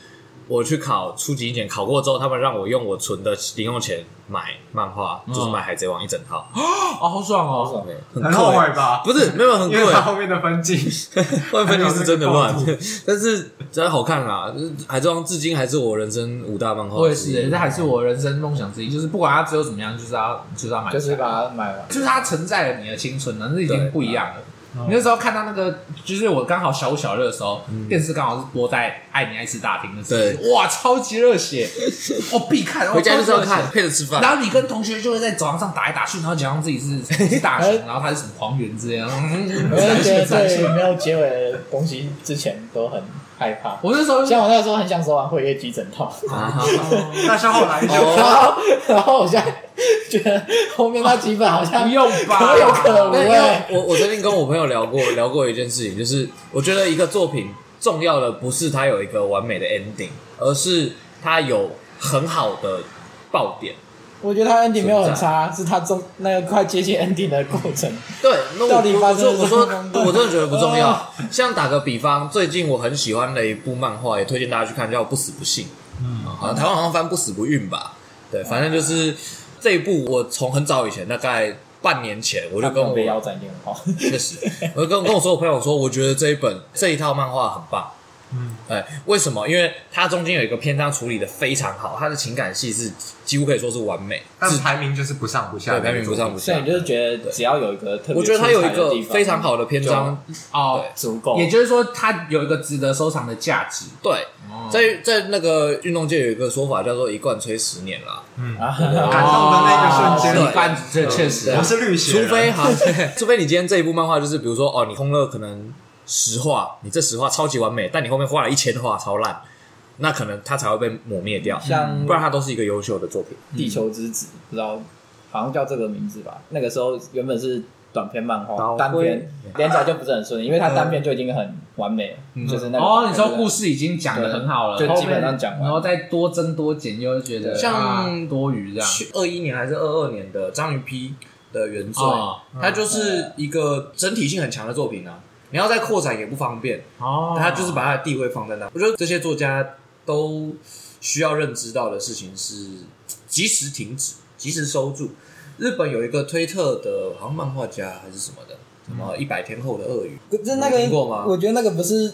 Speaker 2: 我去考初级一点，考过之后，他们让我用我存的零用钱买漫画，
Speaker 1: 嗯
Speaker 2: 就是买《海贼王》一整套，
Speaker 1: 哦，好爽哦！
Speaker 2: 对，很
Speaker 3: 很后
Speaker 2: 贵
Speaker 3: 悔吧？
Speaker 2: 不是没有很
Speaker 3: 因为
Speaker 2: 贵啊
Speaker 3: 他，后面的 分镜，
Speaker 2: 万分镜是真的乱
Speaker 3: 还有那个，
Speaker 2: 但是真的好看啦。就是《海贼王》至今还是我人生五大漫画，
Speaker 1: 我也是，欸这还是我人生梦想之一，就是不管他最后怎么样，就是要就是要买，
Speaker 4: 就是把它 买完。
Speaker 1: 就是它承载了你的青春了，那已经不一样了。你那时候看到那个，就是我刚好小五小六的时候，电视刚好是播在《爱你爱吃大厅》的时候，哇，超级热血，我必看，哦
Speaker 2: 回家就是要
Speaker 1: 我超级热血。
Speaker 2: 看，配着吃饭。
Speaker 1: 然后你跟同学就会在走廊上打来打去，然后假装自己是是大雄，然后他是什么黄猿之类的。嗯
Speaker 4: 我就觉得对没有结尾的东西之前都很害怕，
Speaker 1: 我那时候就
Speaker 4: 像我那时候很想说完《会夜姬》整套，
Speaker 2: 啊
Speaker 3: 但是后来就
Speaker 2: 哦
Speaker 4: 然后然后我现在觉得后面那几本好像
Speaker 1: 不用吧，
Speaker 4: 可有可无
Speaker 2: 没有，因为
Speaker 4: 哎，
Speaker 2: 我我最近跟我朋友聊过 聊过一件事情，就是我觉得一个作品重要的不是它有一个完美的 ending，而是它有很好的爆点。
Speaker 4: 我觉得他 ending 没有很差，是他中那个快接近 ending 的过程。
Speaker 2: 对，那我
Speaker 4: 到底发
Speaker 2: 我
Speaker 4: 生
Speaker 2: 说
Speaker 4: 了
Speaker 2: 我说
Speaker 4: 什么
Speaker 2: 我真的觉得不重
Speaker 4: 哦
Speaker 2: 要。像打个比方，最近我很喜欢的一部漫画，也推荐大家去看，叫《不死不幸》。嗯，好像台湾好像翻《不死不运》吧？对，反正就是这一部，我从很早以前，大概半年前，我就跟我
Speaker 4: 被腰斩也很好，
Speaker 2: 确实，我就跟跟我说，我朋友说，我觉得这一本这一套漫画很棒。嗯，哎，为什么？因为它中间有一个篇章处理的非常好，它的情感戏是几乎可以说是完美，
Speaker 3: 但
Speaker 2: 是
Speaker 3: 排名就是不上不下，
Speaker 2: 对，排名不上不
Speaker 4: 所以
Speaker 2: 下
Speaker 4: 你。就是觉得只要有一个特别，
Speaker 2: 我觉得它有一个非常好的篇
Speaker 4: 就
Speaker 2: 章，
Speaker 1: 哦，
Speaker 4: 足够，
Speaker 1: 也就是说它有一个值得收藏的价值。
Speaker 2: 对，
Speaker 1: 哦
Speaker 2: 在在那个运动界有一个说法叫做“一贯吹十年”啦，
Speaker 4: 啊，
Speaker 3: 感动的那个瞬间
Speaker 1: 哦一般这确实
Speaker 2: 哦对
Speaker 3: 我是绿血
Speaker 2: 除
Speaker 3: 人，
Speaker 2: 非 哈，除非你今天这一部漫画就是比如说哦，你空乐可能十画，你这十画超级完美，但你后面画了一千画超烂，那可能它才会被抹灭掉，
Speaker 4: 像
Speaker 2: 不然它都是一个优秀的作品。
Speaker 4: 地球之子，不知道好像叫这个名字吧？那个时候原本是短篇漫画，
Speaker 2: 导
Speaker 4: 单
Speaker 2: 归
Speaker 4: 篇连载就不是很顺利，因为
Speaker 2: 嗯
Speaker 4: 它单篇就已经很完美了，就是那个
Speaker 1: 哦，你说故
Speaker 4: 事
Speaker 1: 事已经讲的很好了，
Speaker 4: 对就
Speaker 1: 后
Speaker 4: 基本
Speaker 1: 面
Speaker 4: 上讲完
Speaker 1: 然后再多增多减，又觉得
Speaker 2: 像
Speaker 1: 啊多余这样。
Speaker 2: 二一年还是二二年的章鱼批的原罪
Speaker 1: 哦，
Speaker 2: 它就是一个整体性很强的作品啊，你要再扩展也不方便。
Speaker 1: 哦，
Speaker 2: 他就是把他的地位放在那。我觉得这些作家都需要认知到的事情是及时停止，及时收住。日本有一个推特的，好像漫画家还是什么的，什么一百天后的鳄鱼，
Speaker 4: 可是那个
Speaker 2: 你听过吗
Speaker 4: 我觉得那个不是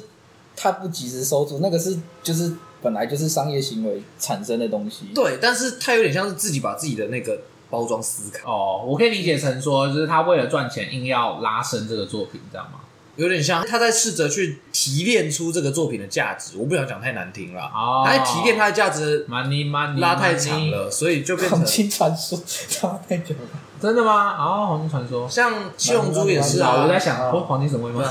Speaker 4: 他不及时收住，那个是就是本来就是商业行为产生的东西。
Speaker 2: 对，但是他有点像是自己把自己的那个包装撕开，
Speaker 1: 哦，我可以理解成说，就是他为了赚钱，硬要拉伸这个作品，这样吗？
Speaker 2: 有点像他在试着去提炼出这个作品的价值。我不想讲太难听了，
Speaker 1: 哦
Speaker 2: 他在提炼它的价值
Speaker 1: money money
Speaker 2: 拉太长，了，所以就变
Speaker 4: 黄
Speaker 2: 成
Speaker 4: 金传说， 他那个
Speaker 1: 真的吗？哦，黄金传说，
Speaker 2: 像七龙珠也是啊，
Speaker 1: 我在想，
Speaker 4: 哦
Speaker 1: 哦，黄金神威吗？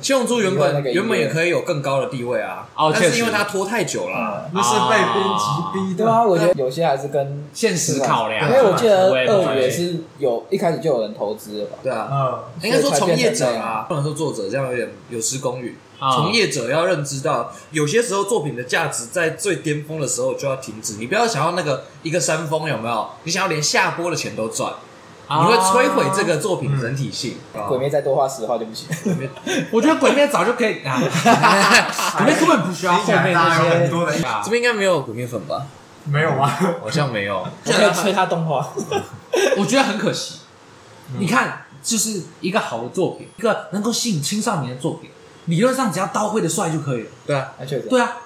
Speaker 2: 七龙珠原
Speaker 4: 你看那
Speaker 2: 本
Speaker 4: 个
Speaker 2: 原本也可以有更高的地位啊，
Speaker 1: 哦
Speaker 2: 但
Speaker 1: 确实
Speaker 2: 是因为它拖太久了，啊
Speaker 3: 那是被编辑逼
Speaker 4: 对
Speaker 3: 的。
Speaker 4: 啊，我觉得有些还是跟
Speaker 1: 现实考量，
Speaker 4: 因为我记得
Speaker 1: 对
Speaker 4: 鳄鱼也，是有一开始就有人投资了吧？
Speaker 2: 对啊，
Speaker 3: 嗯，
Speaker 2: 应该说从业者啊，不能说作者，这样有点有失公
Speaker 1: 啊
Speaker 2: 允。从业者要认知到，有些时候作品的价值在最巅峰的时候就要停止，你不要想要那个一个山峰有没有？你想要连下播的钱都赚，你
Speaker 1: 哦
Speaker 2: 会摧毁这。个作品整体性。啊
Speaker 4: 鬼灭再多画十话就不行。
Speaker 1: 啊我觉得鬼灭早就可以 啊，鬼灭根本不需要后面
Speaker 3: 大
Speaker 1: 那
Speaker 3: 家有
Speaker 1: 些
Speaker 3: 很多的
Speaker 1: 啊
Speaker 2: 这边应该没有鬼灭粉吧？
Speaker 3: 没有吗？
Speaker 2: 好像没有。
Speaker 4: 我可以 催他动画，
Speaker 1: 我觉得很可惜。你看，就是一个好的作品，一个能够吸引青少年的作品，理论上只要刀挥的帅就可以了。
Speaker 2: 对啊，
Speaker 4: 啊确实。
Speaker 1: 对啊，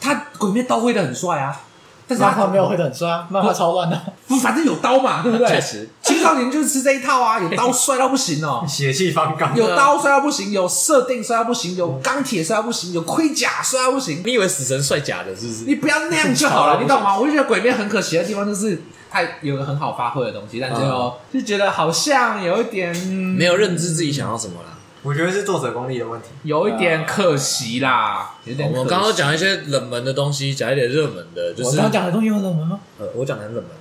Speaker 1: 他鬼灭刀挥的很帅啊，但是
Speaker 4: 漫画
Speaker 1: 他
Speaker 4: 没有会的很帅 啊，漫画超乱的。
Speaker 1: 不反正有刀嘛，对不对？
Speaker 2: 确实，
Speaker 1: 青少年就是吃这一套啊，有刀帅到不行哦、
Speaker 3: 血气方刚，
Speaker 1: 有刀帅到不行，有设定帅到不行，有钢铁帅到不行，有盔甲帅到不行。
Speaker 2: 你以为死神帅假的是不是？
Speaker 1: 你不要那样就好 了，你懂吗？我就觉得鬼灭很可惜的地方就是它有个很好发挥的东西，但最后就觉得好像有一点
Speaker 2: 嗯
Speaker 1: 嗯
Speaker 2: 没
Speaker 1: 没
Speaker 2: 有认知自己想要什么啦。
Speaker 3: 我觉得是作者功力的问题。
Speaker 1: 有一点可惜啦，有点可惜。
Speaker 2: 哦我刚刚讲一些冷门的东西，讲一点热门的，就
Speaker 4: 我
Speaker 2: 是
Speaker 4: 刚讲的东西有冷门吗？
Speaker 2: 呃，我讲的很冷门，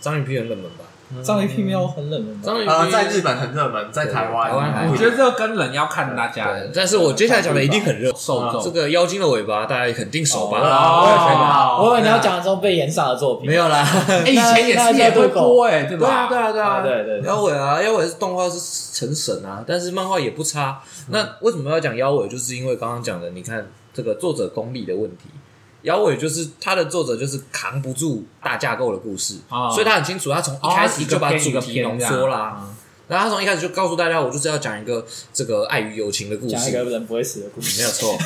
Speaker 2: 章鱼片很冷门吧？
Speaker 4: 章鱼屁喵很冷门吗？
Speaker 2: 章鱼
Speaker 3: 呃，
Speaker 2: 片
Speaker 3: 在日本很热门，在台湾，
Speaker 2: 台湾还
Speaker 1: 我
Speaker 3: 我
Speaker 1: 觉
Speaker 3: 觉
Speaker 1: 得
Speaker 3: 得
Speaker 1: 这个跟人要看大家的
Speaker 2: 对，但是我接下来讲的一定很热。
Speaker 1: 受众。
Speaker 2: 这个妖精的尾巴，大家肯定手吧？
Speaker 1: 哦
Speaker 4: 我以为你要讲的时候被延上的作品，
Speaker 2: 没有啦。
Speaker 1: 哎，以前也是也会播哎，对
Speaker 2: 对啊，
Speaker 1: 吧？
Speaker 2: 对啊，对
Speaker 4: 啊
Speaker 2: 啊，
Speaker 4: 对对对
Speaker 2: 妖尾啊，妖尾是动画是成神啊，但是漫画也不差。
Speaker 4: 嗯
Speaker 2: 那为什么要讲妖尾？就是因为刚刚讲的，你看这个作者功力的问题。妖尾就是他的作者就是扛不住大架构的故事，
Speaker 4: 啊
Speaker 1: 哦
Speaker 2: 所以他很清楚，他从一开始就把主题浓缩啦。
Speaker 4: 啊
Speaker 1: 嗯
Speaker 2: 然后他从一开始就告诉大家，我就是要讲一个这个爱与友情的故
Speaker 4: 讲一
Speaker 2: 事
Speaker 4: 个，人不会死的故事，
Speaker 2: 没有 错，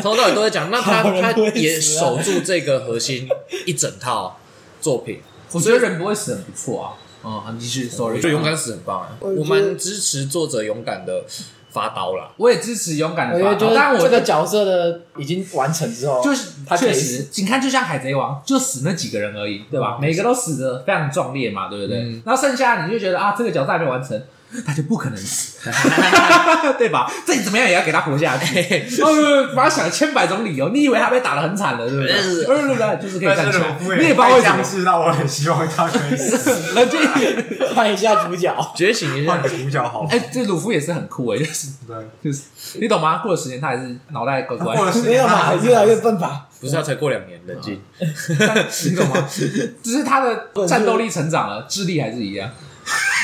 Speaker 2: 从头到尾都在讲。那他
Speaker 4: 好人
Speaker 2: 他
Speaker 4: 不会
Speaker 2: 也
Speaker 4: 死啊
Speaker 2: 守住这个核心一整套作品。
Speaker 1: 我觉得人不会死很不错啊。嗯，好，继续
Speaker 2: 我
Speaker 1: ，sorry，
Speaker 2: 觉得勇敢。死很棒啊！
Speaker 4: 我觉得
Speaker 2: 我蛮支持作者勇敢的发刀啦。
Speaker 1: 我也支持勇敢
Speaker 4: 我
Speaker 1: 的
Speaker 4: 觉
Speaker 1: 发
Speaker 4: 得
Speaker 1: 表，
Speaker 4: 就是
Speaker 1: 但我
Speaker 4: 这个角色的已经完成之后，
Speaker 1: 就是
Speaker 4: 哦他
Speaker 1: 确
Speaker 4: 可以
Speaker 1: 实
Speaker 4: 死，
Speaker 1: 你看就像海贼王，就死那几个人而已，对吧？每个都死的非常壮烈嘛，对不对？然后剩下你就觉得啊，这个角色还没完成，他就不可能死，对吧？这怎么样也要给他活下去。哦，把他想千百种理由，你以为他被打的很惨了，对呃不对？
Speaker 2: 是
Speaker 1: 对对对，就是可以
Speaker 3: 但
Speaker 1: 站起
Speaker 3: 是
Speaker 1: 来
Speaker 3: 我父，
Speaker 1: 你也不知道为什
Speaker 3: 僵
Speaker 1: 么。
Speaker 3: 尸让我很希望他可以死
Speaker 1: 人家
Speaker 4: 换一下主角，
Speaker 2: 觉醒一
Speaker 3: 换
Speaker 2: 下
Speaker 3: 个，主角好了。
Speaker 1: 哎，这鲁夫也是很酷哎，就是
Speaker 3: 对，
Speaker 1: 就是，你懂吗？过了十年，他还是脑袋乖 乖
Speaker 3: 过，了 十
Speaker 4: 没
Speaker 3: 年
Speaker 4: 有嘛，
Speaker 3: 他
Speaker 4: 越来越笨吧？
Speaker 2: 不是他才过两年，冷静。
Speaker 1: 你懂吗？只是他的战斗力成长了，智力还是一样。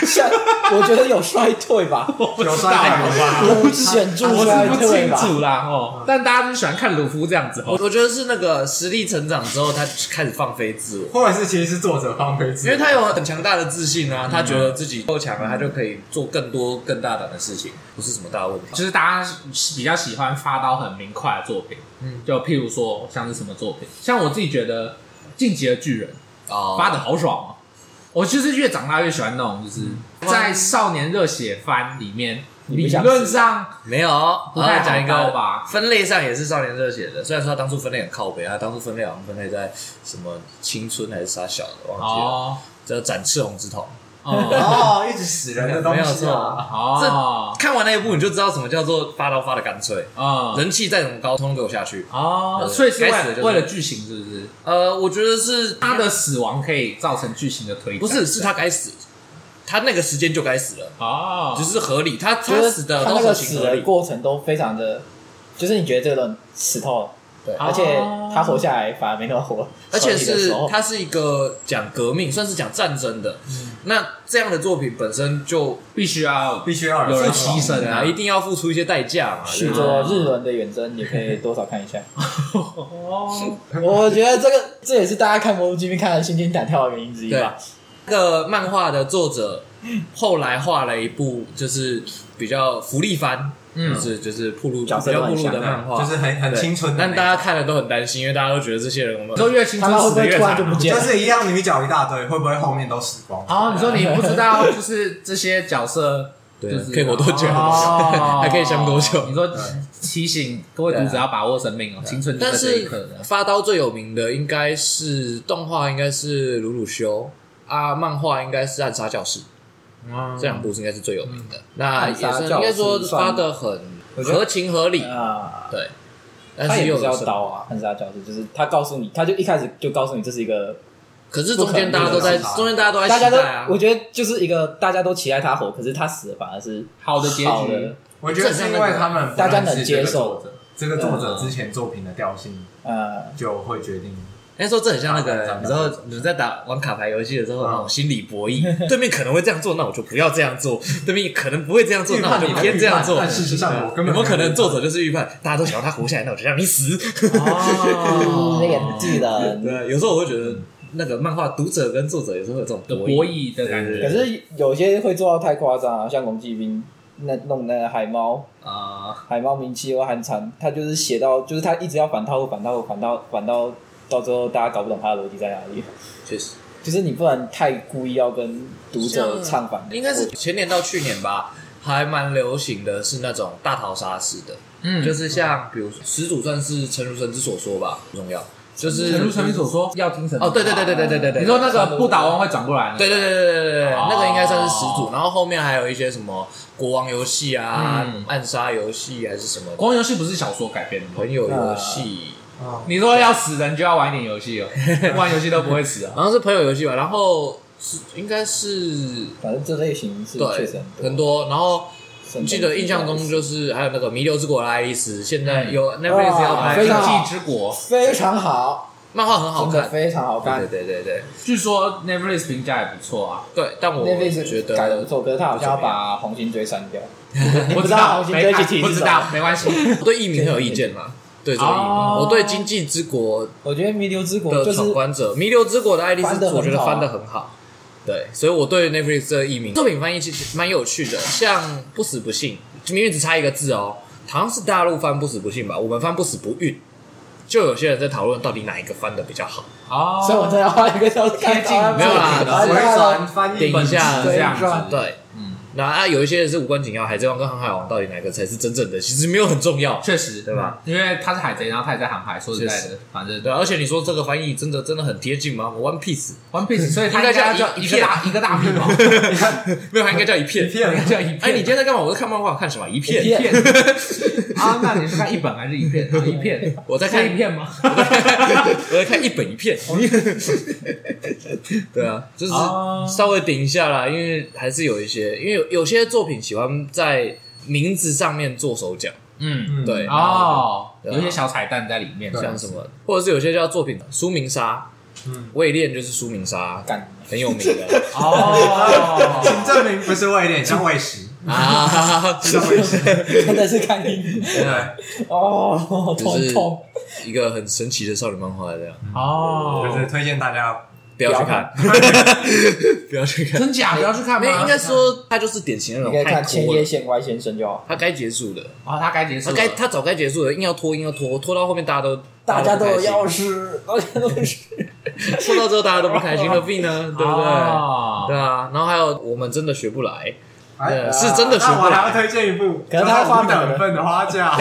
Speaker 4: 像我觉得有衰退吧，
Speaker 3: 有三百年吧。
Speaker 4: 有显著
Speaker 1: 我
Speaker 4: 衰
Speaker 1: 是不
Speaker 4: 退
Speaker 1: 清
Speaker 4: 吧？
Speaker 1: 楚啦哦，但大家就喜欢看鲁夫这样子
Speaker 2: 我
Speaker 1: 哦。
Speaker 2: 我觉得是那个实力成长之后，他开始放飞自我，
Speaker 3: 或者是其实是作者放飞自
Speaker 2: 因
Speaker 3: 我，
Speaker 2: 为他有很强大的自信啊，他觉得自己够强了，他就可以做更多更大胆的事情，不是什么大问题。
Speaker 1: 就是大家比较喜欢发刀很明快的作品，嗯，就譬如说像是什么作品，像我自己觉得《进击的巨人》
Speaker 2: 啊
Speaker 1: 发的好爽哦。我就是越长大越喜欢那种，就是在少年热血番里面，
Speaker 4: 你不
Speaker 1: 理
Speaker 4: 想
Speaker 1: 论上
Speaker 2: 没有，我
Speaker 1: 不太
Speaker 2: 再
Speaker 1: 好
Speaker 2: 讲一
Speaker 1: 刀
Speaker 2: 个
Speaker 1: 吧
Speaker 2: 分类上也是少年热血的，虽然说他当初分类很靠北，他当初分类好像分类在什么青春还是啥小的，忘记了，
Speaker 1: 哦
Speaker 2: 叫展翅红之瞳。
Speaker 1: 哦
Speaker 3: 哦，一直死人的东
Speaker 2: 没有
Speaker 3: 西
Speaker 2: 错。
Speaker 3: 啊
Speaker 1: 哦
Speaker 2: 看完那一部你就知道什么叫做发刀发的干脆，
Speaker 1: 啊
Speaker 2: 人气再怎么高，通通给我下去。
Speaker 1: 哦，
Speaker 2: 对
Speaker 1: 所以是为
Speaker 2: 该死的
Speaker 1: 了
Speaker 2: 就是
Speaker 1: 为了剧情是不是？
Speaker 2: 呃，我觉得是
Speaker 1: 他的死亡可以造成剧情的推展，
Speaker 2: 不是是他该死，他那个时间就该死了，
Speaker 1: 哦，
Speaker 2: 只是合理，他他
Speaker 4: 就是
Speaker 2: 死的
Speaker 4: 他
Speaker 2: 都
Speaker 4: 那
Speaker 2: 是
Speaker 4: 个
Speaker 2: 情
Speaker 4: 死
Speaker 2: 合
Speaker 4: 的
Speaker 2: 理。
Speaker 4: 过程都非常的，就是你觉得这个人死透了，
Speaker 2: 对
Speaker 4: 而且他活下来反而没那么活，
Speaker 2: 哦而且
Speaker 4: 手里的
Speaker 2: 是
Speaker 4: 时候
Speaker 2: 它是一个讲革命，算是讲战争的。那这样的作品本身就
Speaker 1: 必须
Speaker 2: 啊
Speaker 1: 要
Speaker 3: 必须要
Speaker 1: 有人
Speaker 3: 人
Speaker 1: 牺牲
Speaker 2: 对啊，一定要付出一些代价嘛。
Speaker 4: 续作日文的远征也可以多少看一 下。
Speaker 1: 哦，
Speaker 4: 我觉得这个这也是大家看《魔物精兵》看的心惊胆跳的原因之一
Speaker 2: 对啊
Speaker 4: 吧。
Speaker 2: 那个漫画的作者后来画了一部就是比较福利番，
Speaker 1: 嗯
Speaker 2: 就是就是铺路比较
Speaker 4: 角色
Speaker 2: 铺
Speaker 4: 乱啊
Speaker 2: 路
Speaker 4: 象
Speaker 2: 的漫画，
Speaker 3: 就是很很
Speaker 2: 对
Speaker 3: 清纯的那
Speaker 2: 但
Speaker 3: 种，
Speaker 2: 大家看了都很担心，因为大家都觉得这些人我们
Speaker 1: 你说越青
Speaker 4: 他
Speaker 1: 春
Speaker 4: 们会
Speaker 1: 死
Speaker 4: 不
Speaker 1: 的
Speaker 4: 会
Speaker 1: 越
Speaker 4: 突然就
Speaker 1: 惨
Speaker 4: 不
Speaker 1: 啊。
Speaker 4: 见
Speaker 3: 就
Speaker 4: 了？
Speaker 3: 是一样女角一大堆，会不会后面都死光？
Speaker 1: 哦，你说你不知道，就是这些角色，
Speaker 2: 对
Speaker 1: 就是
Speaker 2: 可以活多久
Speaker 1: 哦
Speaker 2: 还可以想多久
Speaker 1: 你说
Speaker 3: 对
Speaker 1: 提醒各位读者
Speaker 2: 对啊
Speaker 1: 要把握生命哦，青春就在
Speaker 2: 但
Speaker 1: 这一
Speaker 2: 是
Speaker 1: 刻
Speaker 4: 啊
Speaker 1: 的。
Speaker 2: 发刀最有名的应该是动画，应该是鲁鲁修啊，漫画应该是暗杀教室，
Speaker 3: 嗯
Speaker 2: 这两部是应该是最有名的。那也
Speaker 4: 嗯暗杀
Speaker 2: 是
Speaker 4: 教
Speaker 2: 应
Speaker 4: 室
Speaker 2: 该说
Speaker 4: 算
Speaker 2: 发的很
Speaker 4: 我觉得
Speaker 2: 合情合理，
Speaker 4: 啊，
Speaker 2: 对，但
Speaker 4: 他
Speaker 2: 是
Speaker 4: 也
Speaker 2: 又
Speaker 4: 不是
Speaker 2: 有
Speaker 4: 要
Speaker 2: 什么
Speaker 4: 刀啊，暗杀教室就是他告诉你，他就一开始就告诉你这是一个，
Speaker 2: 可是中间大家都在，中间大家都在
Speaker 4: 大
Speaker 2: 期
Speaker 4: 家都
Speaker 2: 待啊，
Speaker 4: 我觉得就是一个大家都期待他活，可是他死了反而是
Speaker 1: 好的结
Speaker 4: 好
Speaker 1: 局
Speaker 4: 的，，
Speaker 3: 我觉得是因为他们不认识
Speaker 4: 大家能接受
Speaker 3: 这个作者这个作者之前作品的调性，
Speaker 4: 呃，
Speaker 3: 就会决定。
Speaker 2: 那时候这很像那个，
Speaker 3: 嗯
Speaker 2: 你知道你们在打玩卡牌游戏的时候，
Speaker 3: 嗯
Speaker 2: 那种心理博弈， 对面可能会这样做，那我就不要这样做；对面可能不会这样做，那我就偏这样做。
Speaker 3: 但事实上我根本
Speaker 2: 有没有可能作
Speaker 3: 做？
Speaker 2: 者就是预判，大家都想要他活下来，那我就让你死？呃
Speaker 1: 哦
Speaker 4: 那个 技能。
Speaker 2: 对，啊有时候我会觉得那个漫画读者跟作者有时候会有这种
Speaker 1: 的博
Speaker 2: 博弈，
Speaker 1: 弈的感
Speaker 2: 对对
Speaker 4: 可
Speaker 1: 觉
Speaker 2: 对
Speaker 4: 是有些会做到太夸张啊，像龙骑兵那弄那个海猫，
Speaker 2: 啊，
Speaker 4: 海猫名气又寒蝉，他就是写到，就是他一直要反套路，反套路，反套，反到到最后，大家搞不懂他的逻辑在哪里。
Speaker 2: 确实
Speaker 4: 就是你不能太故意要跟读者唱反，
Speaker 2: 应该是前年到去年吧，还蛮流行的是那种大逃杀式的，
Speaker 1: 嗯
Speaker 2: 就是像比如说始祖算是陈如神之所说吧，不重要。就是
Speaker 1: 正如陈明所说，要听神
Speaker 2: 哦，对对对对对对对对，
Speaker 1: 你说那个不倒翁会转过来，
Speaker 2: 对对对对对对对，
Speaker 1: 哦
Speaker 2: 那个应该算是始祖。然后后面还有一些什么国王游戏啊
Speaker 1: 嗯、
Speaker 2: 暗杀游戏还是什
Speaker 4: 哦
Speaker 2: 么
Speaker 1: 光游戏不是小说改编的吗？
Speaker 2: 朋友游戏，
Speaker 3: 啊，
Speaker 1: 你说要死人就要玩一点游戏 哦，不玩游戏都不会死啊。
Speaker 2: 好像是朋友游戏吧。然后是应该是
Speaker 4: 反正这类型是确实
Speaker 2: 对很多，然后。
Speaker 4: 很
Speaker 2: 记得印象中就是还有那个《弥留之国的爱丽丝》，现在有 Netflix
Speaker 4: 嗯哇
Speaker 2: 要拍
Speaker 4: 非常好
Speaker 1: 经济之国，
Speaker 4: 非常好，
Speaker 2: 漫画，很好
Speaker 4: 真的
Speaker 2: 看。
Speaker 4: 非常好看
Speaker 2: 对。对对对
Speaker 1: 据说 Netflix 评价也不错啊。
Speaker 2: 对，但我
Speaker 4: Netflix
Speaker 2: 觉得
Speaker 4: 改的不错，可是他好像要把红心追删掉。
Speaker 1: 我
Speaker 4: 不知道红心
Speaker 1: 没
Speaker 4: 追击题是
Speaker 1: 不知
Speaker 4: 什
Speaker 1: 道，没关 系。
Speaker 2: 我对译名很有意见嘛。对这个译名，
Speaker 1: 哦
Speaker 2: 我对《经济之国》
Speaker 4: 我觉得《弥留之国》
Speaker 2: 的
Speaker 4: 就是
Speaker 2: 闯关者，《弥留之国的爱丽丝
Speaker 4: 翻得》，很
Speaker 2: 我觉得
Speaker 4: 好啊
Speaker 2: 翻的很好。对，所以我对 Netflix 这个译名作品翻译其实蛮有趣的，像《不死不幸》，明明只差一个字哦，好像是大陆翻《不死不幸》吧，我们翻《不死不孕》，就有些人在讨论到底哪一个翻的比较好。
Speaker 1: 哦，
Speaker 4: 所以我真的要花一个小时看
Speaker 1: 贴近
Speaker 4: 台湾
Speaker 2: 没有啦
Speaker 4: 台湾
Speaker 3: 回转翻译
Speaker 2: 顶
Speaker 1: 本
Speaker 2: 一
Speaker 1: 质
Speaker 2: 下
Speaker 1: 这样子
Speaker 4: 对转。
Speaker 2: 对，
Speaker 1: 嗯，
Speaker 2: 那啊，有一些人是无关紧要，《海贼王》跟《航海王》到底哪个才是真正的？其实没有很重要。
Speaker 1: 确实，嗯
Speaker 2: 对吧？
Speaker 1: 因为他是海贼，然后他也在航海。说实在
Speaker 2: 确
Speaker 1: 的，反正
Speaker 2: 对，而且你说这个翻译真的真的很贴近吗？One Piece
Speaker 1: One Piece，所以他
Speaker 2: 应该叫
Speaker 1: 叫
Speaker 2: 一
Speaker 1: 一个大一个大屁 毛，
Speaker 2: 没有，它应该叫一片。
Speaker 3: 一片
Speaker 1: 叫一片。
Speaker 2: 哎，你今天在干嘛？我在看漫画，看什么？一片。
Speaker 4: 一
Speaker 1: 片 啊？那你是看一本还是一片？啊一 片，
Speaker 2: 我在看
Speaker 1: 是一片吗？
Speaker 2: 我在看一 本一片。对啊，就是
Speaker 1: 哦
Speaker 2: 稍微顶一下啦，因为还是有一些，因为有有些作品喜欢在名字上面做手脚，
Speaker 1: 嗯，
Speaker 2: 对
Speaker 1: 哦，
Speaker 2: 对啊啊
Speaker 1: 有一些小彩蛋在里面，
Speaker 4: 啊
Speaker 2: 像 什么，或者是有些叫作品书名杀，
Speaker 3: 嗯
Speaker 2: 魏恋就是书名杀，
Speaker 4: 干
Speaker 2: 很有名的
Speaker 1: 哦，
Speaker 3: 请证明不是外恋，像外食，
Speaker 2: 啊，
Speaker 3: 像外食，
Speaker 4: 真的是看硬
Speaker 3: 对，
Speaker 4: 哦，
Speaker 2: 就
Speaker 4: 痛
Speaker 2: 是
Speaker 4: 痛，
Speaker 2: 一个很神奇的少女漫画，这样
Speaker 1: 哦，
Speaker 3: 就是推荐大家
Speaker 2: 不要去看， 不要去 看，
Speaker 1: 真假不要去看
Speaker 2: 没有，
Speaker 1: 吗？
Speaker 2: 应该说它就是典型那
Speaker 4: 啊你
Speaker 2: 种
Speaker 4: 可以
Speaker 2: 太
Speaker 4: 看千
Speaker 2: 拖
Speaker 4: 叶
Speaker 2: 了，
Speaker 4: 县歪先生就好，
Speaker 2: 它该结束了，
Speaker 1: 哦，他该结束
Speaker 2: 它
Speaker 1: 了，
Speaker 2: 该它早该结束了，硬要拖硬要拖，拖到后面大家都
Speaker 4: 大家都有
Speaker 2: 不开心
Speaker 4: 钥 匙，大家都是。
Speaker 2: 说到之后大家都不开心，何必 呢？对不对？
Speaker 1: 哦
Speaker 2: 对啊，然后还有我们真的学不来，
Speaker 3: 哎
Speaker 2: 对，是真的学
Speaker 3: 那
Speaker 2: 不
Speaker 3: 我还要
Speaker 2: 来。
Speaker 3: 推荐一部，
Speaker 4: 可是他花
Speaker 3: 花
Speaker 4: 美人
Speaker 3: 等份的花嫁，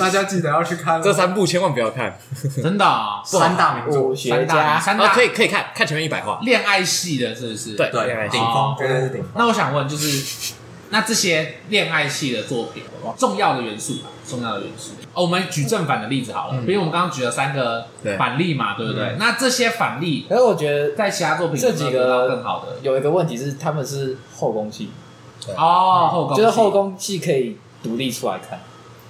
Speaker 3: 大家记得要去看哦
Speaker 2: 这三部千万不要看，
Speaker 1: 真的啊，
Speaker 3: 三大名
Speaker 4: 武
Speaker 3: 著，
Speaker 4: 学
Speaker 1: 三大
Speaker 4: 家，
Speaker 1: 三
Speaker 2: 啊，
Speaker 1: 大
Speaker 2: 可以可以看，看前面一百话。
Speaker 1: 恋爱系的，是不是？
Speaker 2: 对
Speaker 3: 对，顶
Speaker 1: 哦
Speaker 3: 峰，绝对是顶峰。
Speaker 1: 那我想问，就是那这些恋爱系的作品，重要的元素吧，重要的元素。哦，我们举正反的例子好了，因为我们刚刚举了三个
Speaker 2: 对
Speaker 1: 反例嘛，对不对？那这些反例
Speaker 4: 可是我觉得
Speaker 1: 在其他作品
Speaker 4: 这几个
Speaker 1: 有没有得到更好的
Speaker 4: 有一个问题是，他们是后宫戏，
Speaker 1: 哦，后宫
Speaker 4: 就是后宫戏可以独立出来看，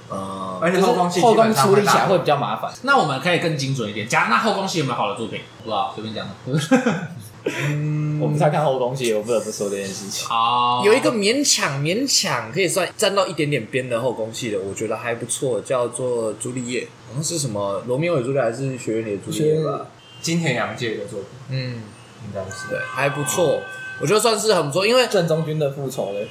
Speaker 2: 呃，
Speaker 3: 哦而且
Speaker 4: 就是
Speaker 3: 后宫戏
Speaker 4: 后
Speaker 3: 基
Speaker 4: 宫
Speaker 3: 本上
Speaker 4: 处
Speaker 3: 会
Speaker 4: 理起来
Speaker 3: 大
Speaker 4: 会比较麻烦。
Speaker 1: 那我们可以更精准一点，加那后宫戏有没有好的作品？不知道，随便讲 的。
Speaker 4: 我不太看后宫戏，我不得不说这件事情。
Speaker 1: 哦，
Speaker 2: 嗯有一个勉强勉强可以算沾到一点点边的后宫戏的，我觉得还不错，叫做《朱丽叶》，好像是什么罗密欧与朱丽叶还是学院里的朱丽叶吧？
Speaker 3: 金田洋介的作品，
Speaker 2: 嗯，
Speaker 3: 应该是
Speaker 2: 对，还不错，我觉得算是很不错，因为
Speaker 4: 正宗军的复仇嘞，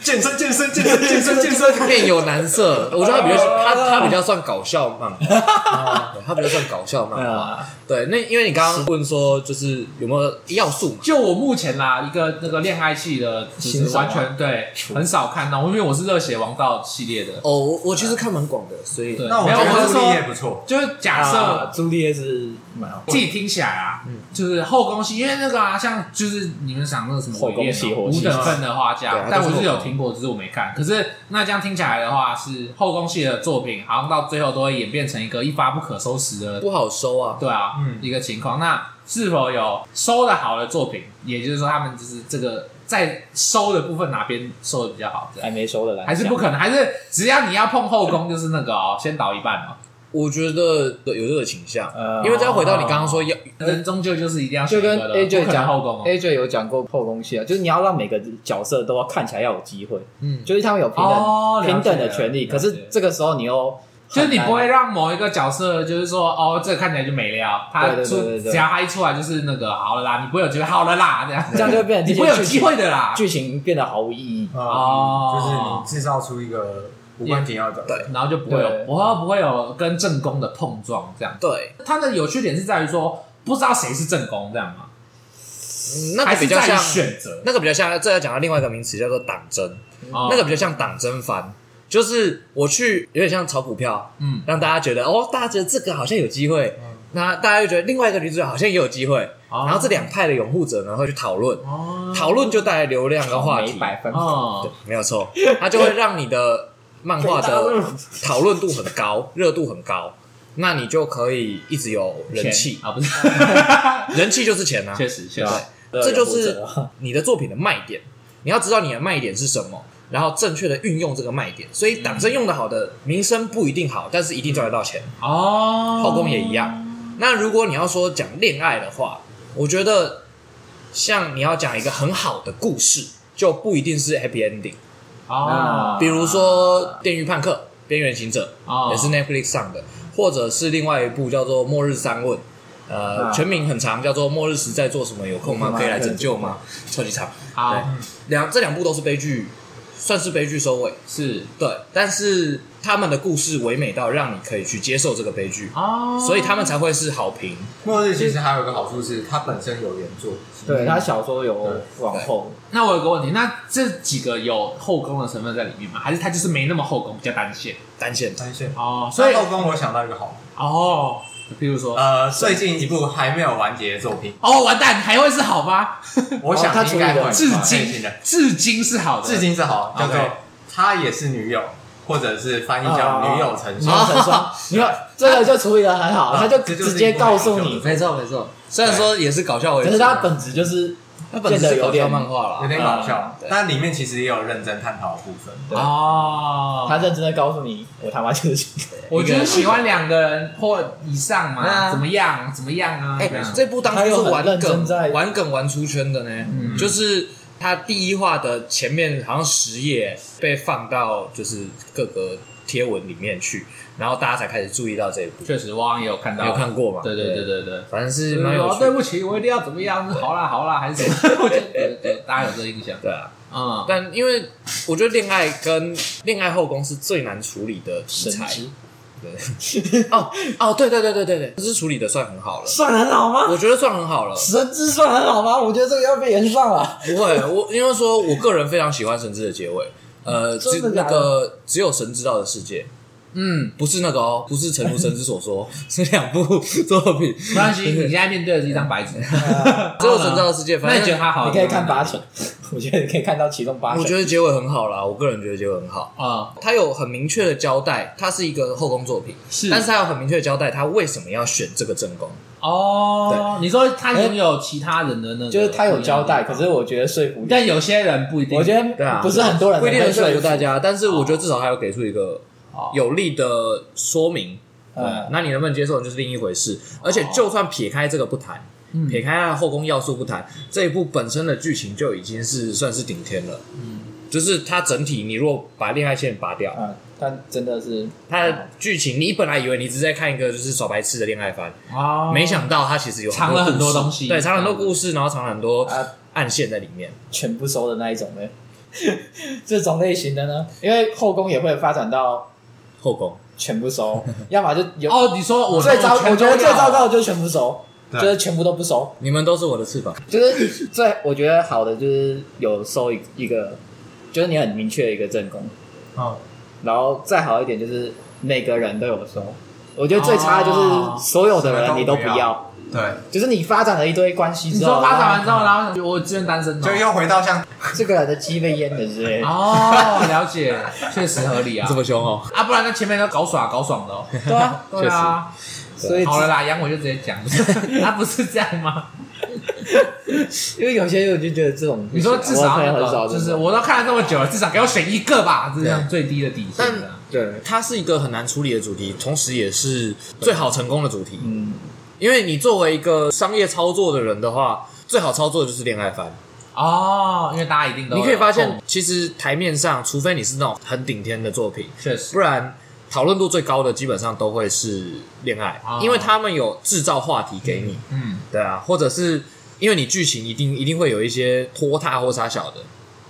Speaker 3: 健身健身健身健身 健身，
Speaker 2: 面有难色，我觉得他比较
Speaker 1: 哦
Speaker 2: 他他比较算搞笑漫画，哦对他比较算搞笑漫
Speaker 1: 嗯
Speaker 2: 画。
Speaker 4: 啊，
Speaker 2: 对，那因为你刚刚问说，就是有没有要素嘛？
Speaker 1: 就我目前啦，一个那个恋爱系的，其
Speaker 4: 欣
Speaker 1: 实
Speaker 4: 赏啊
Speaker 1: 完
Speaker 4: 吗
Speaker 1: 全对很少看到，因为我是热血王道系列的。
Speaker 2: 哦，我我其实看蛮广的，所以
Speaker 1: 对，
Speaker 3: 那我
Speaker 1: 没
Speaker 3: 觉
Speaker 1: 有，我
Speaker 3: 得
Speaker 1: 是
Speaker 3: 朱丽叶
Speaker 1: 说，
Speaker 3: 不错，
Speaker 1: 就是假设、
Speaker 4: 啊嗯朱丽叶是蛮好，
Speaker 1: 自己听起来啊，就是后宫戏，因为那个啊，像就是你们想那个什么
Speaker 4: 后宫戏
Speaker 1: 尾恋啊
Speaker 4: 火
Speaker 1: 五
Speaker 4: 戏
Speaker 1: 等份的花
Speaker 2: 对啊
Speaker 1: 嫁，但
Speaker 2: 都
Speaker 1: 我是
Speaker 2: 是后
Speaker 1: 有
Speaker 2: 宫
Speaker 1: 听过，只是我没看。可是那这样听起来的话，是后宫戏的作品，好像到最后都会演变成一个一发不可收拾的，
Speaker 2: 不好收啊。
Speaker 1: 对啊，
Speaker 3: 嗯
Speaker 1: 一个情况。那是否有收的好的作品？也就是说，他们就是这个在收的部分哪边收的比较好？这
Speaker 4: 还
Speaker 1: 样
Speaker 4: 没收的来，
Speaker 1: 还是不可能，还是只要你要碰后宫，就是那个哦，先倒一半嘛。
Speaker 2: 我觉得有这个倾向，
Speaker 4: 呃
Speaker 2: 因为再回到你刚刚说要，
Speaker 1: 人终究就是一定要选
Speaker 4: 就
Speaker 1: 一个
Speaker 4: 跟
Speaker 1: 的
Speaker 4: AJ
Speaker 1: 不可能
Speaker 4: 讲
Speaker 1: 后宫哦。
Speaker 4: AJ 有讲过后宫戏啊，就是你要让每个角色都要看起来要有机会，
Speaker 2: 嗯，
Speaker 4: 就是他们有平等、
Speaker 1: 哦了解
Speaker 4: 平等的权利。
Speaker 1: 了解
Speaker 4: 可是这个时候你又
Speaker 1: 就是你不会
Speaker 4: 很难
Speaker 1: 让某一个角色，就是说，哦，这个看起来就没料，他
Speaker 4: 对对对
Speaker 1: 出
Speaker 4: 对对
Speaker 1: 只要他一出来就是那个好了啦，你不会有机会，好了啦，这样
Speaker 4: 这样就会变成
Speaker 1: 你不会有机会的啦。
Speaker 4: 剧情变得毫无意义。
Speaker 1: 哦
Speaker 3: 嗯就是你制造出一个无关紧要的，
Speaker 2: 对
Speaker 1: 然后就不会有
Speaker 4: 对，
Speaker 1: 我不会有跟正宫的碰撞这样。
Speaker 2: 对，
Speaker 1: 它的有趣点是在于说，不知道谁是正宫这样嘛，
Speaker 2: 嗯那
Speaker 1: 还
Speaker 2: 个
Speaker 1: 是
Speaker 2: 比较
Speaker 1: 在于
Speaker 2: 像，
Speaker 1: 选择。
Speaker 2: 那个比较像，这要讲到另外一个名词叫做党争，
Speaker 1: 哦
Speaker 2: 那个比较像党争番，就是我去有点像炒股票，
Speaker 1: 嗯，
Speaker 2: 让大家觉得哦，大家觉得这个好像有机会，那大家就觉得另外一个女主角好像也有机会，然后这两派的拥护者呢会去讨论，
Speaker 1: 哦
Speaker 2: 讨论就带来流量跟话
Speaker 4: 每
Speaker 2: 题
Speaker 4: 一，百分
Speaker 1: 哦
Speaker 2: 对，没有错，它就会让你的漫画 的讨论度很高，热度很高，那你就可以一直有人气，
Speaker 1: 啊，不 是，
Speaker 2: 人气就是钱啊，
Speaker 1: 确实确
Speaker 4: 对
Speaker 1: 实
Speaker 4: 啊，
Speaker 2: 这就
Speaker 4: 有
Speaker 2: 是
Speaker 4: 负责
Speaker 2: 你的作品的卖点。你要知道你的卖点是什么，然后正确的运用这个卖点。所以党争用的好的，名声不一定好，但是一定赚得到钱。
Speaker 1: 哦，
Speaker 2: 后宫也一样。那如果你要说讲恋爱的话，我觉得像你要讲一个很好的故事，就不一定是 happy ending。
Speaker 1: 哦，
Speaker 4: 那
Speaker 2: 比如说《电狱判客》《边缘行者》
Speaker 1: 哦
Speaker 2: 也是 Netflix 上的，或者是另外一部叫做《末日三问》，呃，
Speaker 4: 啊
Speaker 2: 全名很长，叫做《末日时在做什么？有空吗？可以来拯救吗？超级长。对
Speaker 1: 好
Speaker 2: 两这两部都是悲剧，算是悲剧收尾。
Speaker 1: 是
Speaker 2: 对，但是他们的故事唯美到让你可以去接受这个悲剧，
Speaker 1: 哦，
Speaker 2: 所以他们才会是好评。
Speaker 5: 末日其实还有一个好处是，它本身有原作，
Speaker 4: 对他小说有往后，
Speaker 1: 那我有个问题，那这几个有后宫的成分在里面吗？还是它就是没那么后宫，比较单线？
Speaker 2: 单线
Speaker 5: 单线。
Speaker 1: 哦，所
Speaker 5: 所
Speaker 1: 以
Speaker 5: 以后宫我想到一个好，
Speaker 1: 哦，比如说
Speaker 5: 呃，最近一部还没有完结的作品，
Speaker 1: 哦，完蛋，还会是好 吗？
Speaker 5: 我
Speaker 3: 哦
Speaker 5: 想
Speaker 4: 他
Speaker 5: 应该
Speaker 4: 处理
Speaker 5: 会
Speaker 4: 得
Speaker 1: 至
Speaker 5: 蛮开
Speaker 1: 今
Speaker 5: 心的，
Speaker 1: 至今是好的，
Speaker 5: 至今是好，叫做
Speaker 1: OK
Speaker 5: 她也是女友，或者是翻译叫
Speaker 4: 啊
Speaker 5: 女友成
Speaker 4: 你
Speaker 5: 双
Speaker 4: 要。成双，你看这个就处理的很好，
Speaker 5: 啊
Speaker 4: 他就
Speaker 5: 这就是
Speaker 4: 直接告诉
Speaker 5: 一
Speaker 4: 你
Speaker 5: 部，
Speaker 2: 没错没错，虽然说也是搞笑为主，啊
Speaker 4: 可是他本质就是
Speaker 2: 他本质
Speaker 4: 变
Speaker 2: 是
Speaker 4: 得
Speaker 2: 搞
Speaker 4: 有
Speaker 2: 笑
Speaker 4: 点
Speaker 2: 漫
Speaker 5: 有
Speaker 2: 画啦。
Speaker 5: 点搞笑
Speaker 4: 嗯，对
Speaker 5: 但里面其实也有认真探讨的部分。
Speaker 4: 对
Speaker 1: 哦，
Speaker 4: 他认真的告诉你，我他妈就是
Speaker 1: 我觉得喜欢两个人或以上嘛，
Speaker 2: 对啊
Speaker 1: 怎么样？怎么样啊？
Speaker 2: 哎、
Speaker 1: 这样
Speaker 2: 这部当初
Speaker 4: 他
Speaker 2: 是
Speaker 4: 又很
Speaker 2: 玩
Speaker 4: 认真
Speaker 2: 梗
Speaker 4: 在
Speaker 2: 玩梗玩出圈的呢，
Speaker 1: 嗯
Speaker 2: 就是他第一话的前面好像十页被放到就是各个贴文里面去，然后大家才开始注意到这一部。
Speaker 1: 确实，我好像也有看到，
Speaker 2: 你有看过吗？
Speaker 1: 对对对对对。
Speaker 2: 反正是
Speaker 1: 就是
Speaker 2: 蛮有
Speaker 1: 说
Speaker 2: 趣
Speaker 1: 对
Speaker 2: 的。
Speaker 1: 不起，我一定要怎么样？好啦好啦，还是怎么样？我觉得对对，大家有这个印象。
Speaker 2: 对啊，
Speaker 1: 嗯，
Speaker 2: 但因为我觉得恋爱跟恋爱后宫是最难处理的题
Speaker 4: 神
Speaker 2: 材。
Speaker 4: 职，
Speaker 2: 哦哦，对对对对对对，就是处理的算很好了，
Speaker 4: 算很好吗？
Speaker 2: 我觉得算很好了。
Speaker 4: 神之算很好吗？我觉得这个要被延上 了。
Speaker 2: 不会，我因为说我个人非常喜欢神之的结尾，呃，只
Speaker 4: 真的
Speaker 2: 那
Speaker 4: 假的
Speaker 2: 个只有神知道的世界。嗯，不是那个哦，不是诚如神之所说， 是两部作品。
Speaker 1: 没关系，你现在面对的是一张白纸。
Speaker 2: 只有神知道的世界，反
Speaker 1: 那
Speaker 2: 正
Speaker 1: 你觉得它好？
Speaker 4: 你可以看八成， 我觉得你可以看到其中八成。
Speaker 2: 我觉得结尾很好啦，我个人觉得结尾很好。
Speaker 1: 啊，
Speaker 2: 它有很明确的交代，它是一个后宫作品，
Speaker 1: 是
Speaker 2: 但是它有很明确的交代，它为什么要选这个正宫。
Speaker 1: 哦，你说他拥有其他人的那个，
Speaker 4: 就是他有交代，可是我觉得说服力，
Speaker 1: 嗯但有些人不一定。
Speaker 4: 我觉
Speaker 2: 对啊
Speaker 4: 得不是很多人
Speaker 2: 不一定
Speaker 4: 能
Speaker 2: 能
Speaker 4: 被
Speaker 2: 说服
Speaker 4: 服
Speaker 2: 大。家，但是我觉
Speaker 1: 哦
Speaker 2: 得至少还有给出一个有力的说明。呃
Speaker 4: 嗯，
Speaker 2: 那你能不能接受就是另一回事。而
Speaker 1: 哦
Speaker 2: 且就算撇开这个不谈，
Speaker 1: 嗯
Speaker 2: 撇开它的后宫要素不谈，这一部本身的剧情就已经是算是顶天了。嗯，就是它整体，你如果把恋爱线拔掉，
Speaker 4: 嗯，但真的是
Speaker 2: 它的剧情你本来以为你只是在看一个就是耍白痴的恋爱番，
Speaker 1: 哦，
Speaker 2: 没想到它其实有
Speaker 1: 藏了很多
Speaker 2: 故事
Speaker 1: 东西
Speaker 2: 对，藏了很多故事，然后藏了很多
Speaker 4: 啊
Speaker 2: 暗线在里面。
Speaker 4: 全部收的那一种的， 这种类型的呢，因为后宫也会发展到
Speaker 2: 后宫
Speaker 4: 全部收，要么就有
Speaker 1: 哦，你说我
Speaker 4: 最糟，我觉得最糟
Speaker 1: 糕。
Speaker 4: 糕的就是全部收，
Speaker 5: 对
Speaker 4: 就是全部都不收，
Speaker 2: 你们都是我的翅膀，
Speaker 4: 就是最我觉得好的就是有收一一个，就是你很明确的一个正宫，
Speaker 5: 嗯，
Speaker 4: 然后再好一点就是每个人都有收。我觉得最差的
Speaker 1: 哦
Speaker 4: 就是所有的
Speaker 5: 什么
Speaker 4: 人
Speaker 5: 都
Speaker 4: 你都
Speaker 5: 不
Speaker 4: 不
Speaker 5: 要
Speaker 4: 要，
Speaker 5: 对，
Speaker 4: 就是你发展了一堆关系
Speaker 1: 你
Speaker 4: 之后，
Speaker 1: 说发展完之后，然后我自愿单身哦
Speaker 5: 就又回到像
Speaker 4: 然后这个人的鸡被淹了之类的，
Speaker 1: 哦，了解，确实合理啊
Speaker 2: 这。么凶哦。
Speaker 1: 啊，不然那前面都搞耍搞爽了哦。
Speaker 4: 对啊，
Speaker 1: 对啊，
Speaker 4: 所以
Speaker 1: 好了啦，杨我就直接讲， 他不是这样吗？
Speaker 4: 因为有些人我就觉得这种不
Speaker 1: 你
Speaker 4: 行啊，
Speaker 1: 说至
Speaker 4: 我
Speaker 1: 少
Speaker 4: 朋友
Speaker 1: 要
Speaker 4: 很少
Speaker 1: 有，
Speaker 4: 这
Speaker 1: 就
Speaker 4: 种，
Speaker 1: 是我都看了这么久了，至少给我选一个吧，这样最低的底线
Speaker 2: 但
Speaker 1: 啊。
Speaker 4: 对，
Speaker 2: 它是一个很难处理的主题，同时也是最好成功的主题。
Speaker 4: 嗯，
Speaker 2: 因为你作为一个商业操作的人的话，最好操作的就是恋爱番。
Speaker 1: 哦，因为大家一定都
Speaker 2: 你可以发现
Speaker 1: 懂，，
Speaker 2: 其实台面上，除非你是那种很顶天的作品，
Speaker 1: 确实
Speaker 2: 不然讨论度最高的基本上都会是恋爱，
Speaker 1: 啊
Speaker 2: 因为他们有制造话题给你，
Speaker 1: 嗯，
Speaker 2: 对啊，或者是因为你剧情一定一定会有一些拖沓或啥小的，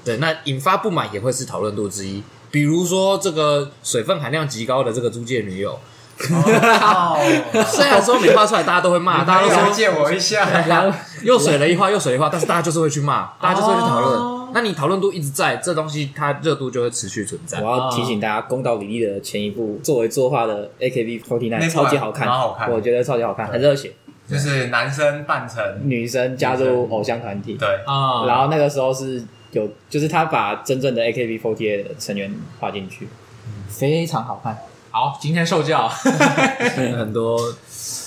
Speaker 2: 对，那引发不满也会是讨论度之一。比如说这个水分含量极高的这个租借女友， 虽然说没画出来，大家都会骂，大家都
Speaker 5: 了
Speaker 2: 说
Speaker 5: 解我一下，
Speaker 2: 又水了一画，又水了一画，但是大家就是会去骂，大家就是会去讨论。那你讨论度一直在，这东西它热度就会持续存在
Speaker 4: 我。要提醒大家，宫岛李丽的前一部作为作画的 AKB49
Speaker 3: 那
Speaker 4: 超级
Speaker 3: 款
Speaker 4: 好看，
Speaker 3: 蛮好看的
Speaker 4: 我觉得超级好看，很热血，
Speaker 3: 就是男生扮成
Speaker 4: 女生加入偶像团体，
Speaker 3: 对，
Speaker 1: 啊，
Speaker 4: 然后那个时候是有，就是他把真正的 AKB48 的成员画进去，
Speaker 6: 非常好看。
Speaker 1: 好，今天受教，
Speaker 2: 很多，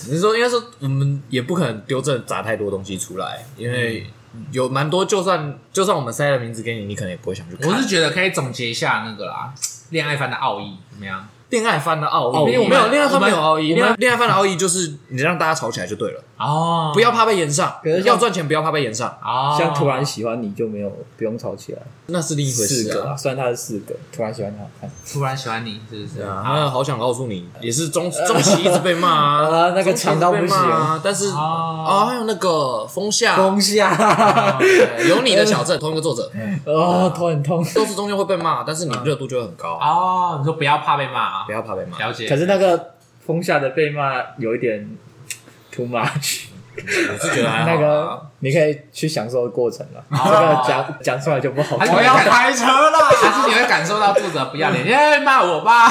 Speaker 2: 你是说应该说我们也不可能丢这砸太多东西出来，因为有蛮多，就算就算我们塞了名字给你，你可能也不会想去看。
Speaker 1: 我是觉得可以总结一下那个啦，恋爱番的奥义怎么样？
Speaker 2: 恋爱番的奥
Speaker 1: 奥义
Speaker 2: 义，没有恋爱番没有奥义，
Speaker 1: 我们
Speaker 2: 恋爱恋爱番的奥义就是你让大家吵起来就对了，
Speaker 1: 哦，
Speaker 2: 不要怕被延上
Speaker 4: 可是，像
Speaker 2: 要赚钱不要怕被延上，
Speaker 1: 哦，
Speaker 4: 像突然喜欢你就没有不用吵起来，
Speaker 2: 那是另一回
Speaker 4: 四
Speaker 2: 事
Speaker 4: 个啊，
Speaker 2: 啊。
Speaker 4: 虽然他是四个，突然喜欢你好看
Speaker 1: 突然喜欢你，是不是？
Speaker 2: 对啊，啊好想告诉你，也是中中期一直被骂啊，
Speaker 4: 啊，那个
Speaker 2: 中期
Speaker 4: 长到
Speaker 2: 一
Speaker 4: 不
Speaker 2: 直被
Speaker 4: 行
Speaker 2: 骂，啊，但是
Speaker 1: 哦
Speaker 2: 啊，还有那个风夏，
Speaker 4: 风下
Speaker 2: 对有你的小镇，同一个作者，
Speaker 4: 哦，头很痛。
Speaker 2: 都是中间会被骂，但是你热度就会很高，
Speaker 1: 哦，你说不要怕被骂啊
Speaker 2: 不，要怕被骂。
Speaker 1: 了解。
Speaker 4: 可是那个风下的被骂有一点 too much，
Speaker 2: 我是觉得还好啊
Speaker 4: 那个你可以去享受过程啊了，这
Speaker 1: 好
Speaker 4: 个讲讲出来就不好
Speaker 1: 还是
Speaker 4: 看。
Speaker 1: 你会感，
Speaker 7: 开车啦！
Speaker 1: 还是你会感受到作者不要脸，耶，骂我吧。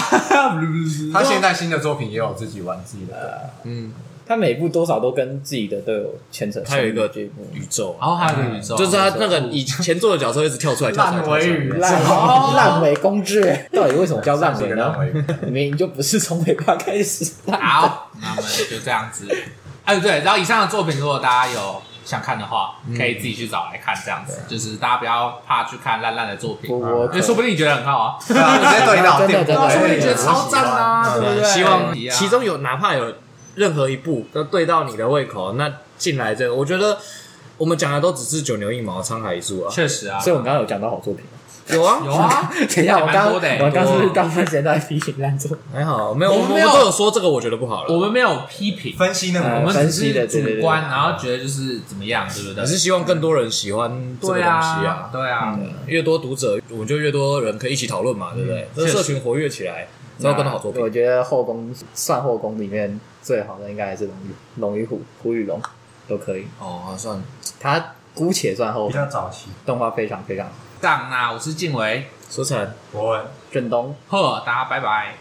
Speaker 3: 他现在新的作品也有自己玩自己的，
Speaker 2: 嗯，
Speaker 4: 他每部多少都跟自己的都有牵扯。
Speaker 2: 他有一个
Speaker 4: 这一部
Speaker 2: 宇宙啊，
Speaker 1: 然后还有一个哦宇宙，
Speaker 2: 就是他那个以前做的角色一直跳出来，跳出来，
Speaker 7: 烂尾
Speaker 2: 跳出
Speaker 7: 语
Speaker 2: 来，
Speaker 4: 烂尾烂尾公爵，到底为什么叫烂
Speaker 3: 是一
Speaker 4: 尾
Speaker 3: 个
Speaker 4: 呢
Speaker 3: 烂？尾。
Speaker 4: 明明就不是从尾巴开始。
Speaker 1: 好，那我们就这样子。哎，对，然后以上的作品，如果大家有想看的话，可以自己去找来看，这样子，就是大家不要怕去看烂烂的作品
Speaker 4: 我，我
Speaker 1: 因哎为说不定你觉得很好啊，
Speaker 3: 对啊，你直接对到
Speaker 4: 真的
Speaker 3: 电
Speaker 4: 真
Speaker 3: 波
Speaker 4: 的，
Speaker 1: 说不定你觉得超赞啊，对不对？
Speaker 2: 希望
Speaker 1: 一样
Speaker 2: 其中有哪怕有任何一部都对到你的胃口，那进来这个，我觉得我们讲的都只是九牛一毛、沧海一粟啊，
Speaker 1: 确实啊，
Speaker 4: 所以我们刚刚有讲到好作品。
Speaker 2: 有啊，
Speaker 1: 有啊，
Speaker 4: 等一下，我
Speaker 1: 蛮
Speaker 4: 刚
Speaker 1: 多的欸
Speaker 4: 我刚是不是
Speaker 1: 多
Speaker 4: 大部分时间都在批评烂作品？
Speaker 2: 还好，没有，我
Speaker 1: 我们
Speaker 2: 们
Speaker 1: 没有
Speaker 2: 都有说这个，我觉得不好了。
Speaker 1: 我们没有批评，
Speaker 3: 分析那
Speaker 1: 我
Speaker 3: 个
Speaker 1: 们
Speaker 4: 分
Speaker 1: 只
Speaker 4: 析的
Speaker 1: 是
Speaker 4: 对对
Speaker 1: 主
Speaker 4: 对
Speaker 1: 观，然后觉得就是怎么样，对不对
Speaker 2: 只？是希望更多人喜欢这个东
Speaker 1: 对
Speaker 2: 西
Speaker 1: 啊
Speaker 2: 啊，，
Speaker 1: 对啊，
Speaker 2: 越多读者，我们就越多人可以一起讨论嘛，对不对？这社群活跃起来，才会更多好作品
Speaker 4: 我。觉得后宫算后宫里面最好的应该还是龙与龙与虎，虎与龙都可以。
Speaker 2: 哦，好算了
Speaker 4: 它姑且算后
Speaker 3: 比
Speaker 4: 宫，
Speaker 3: 较早期。
Speaker 4: 动画非常非常好。
Speaker 1: 啊这样那我是静伟，
Speaker 2: 说惨。
Speaker 3: 博文，
Speaker 4: 卷东
Speaker 1: 呵，大家拜拜。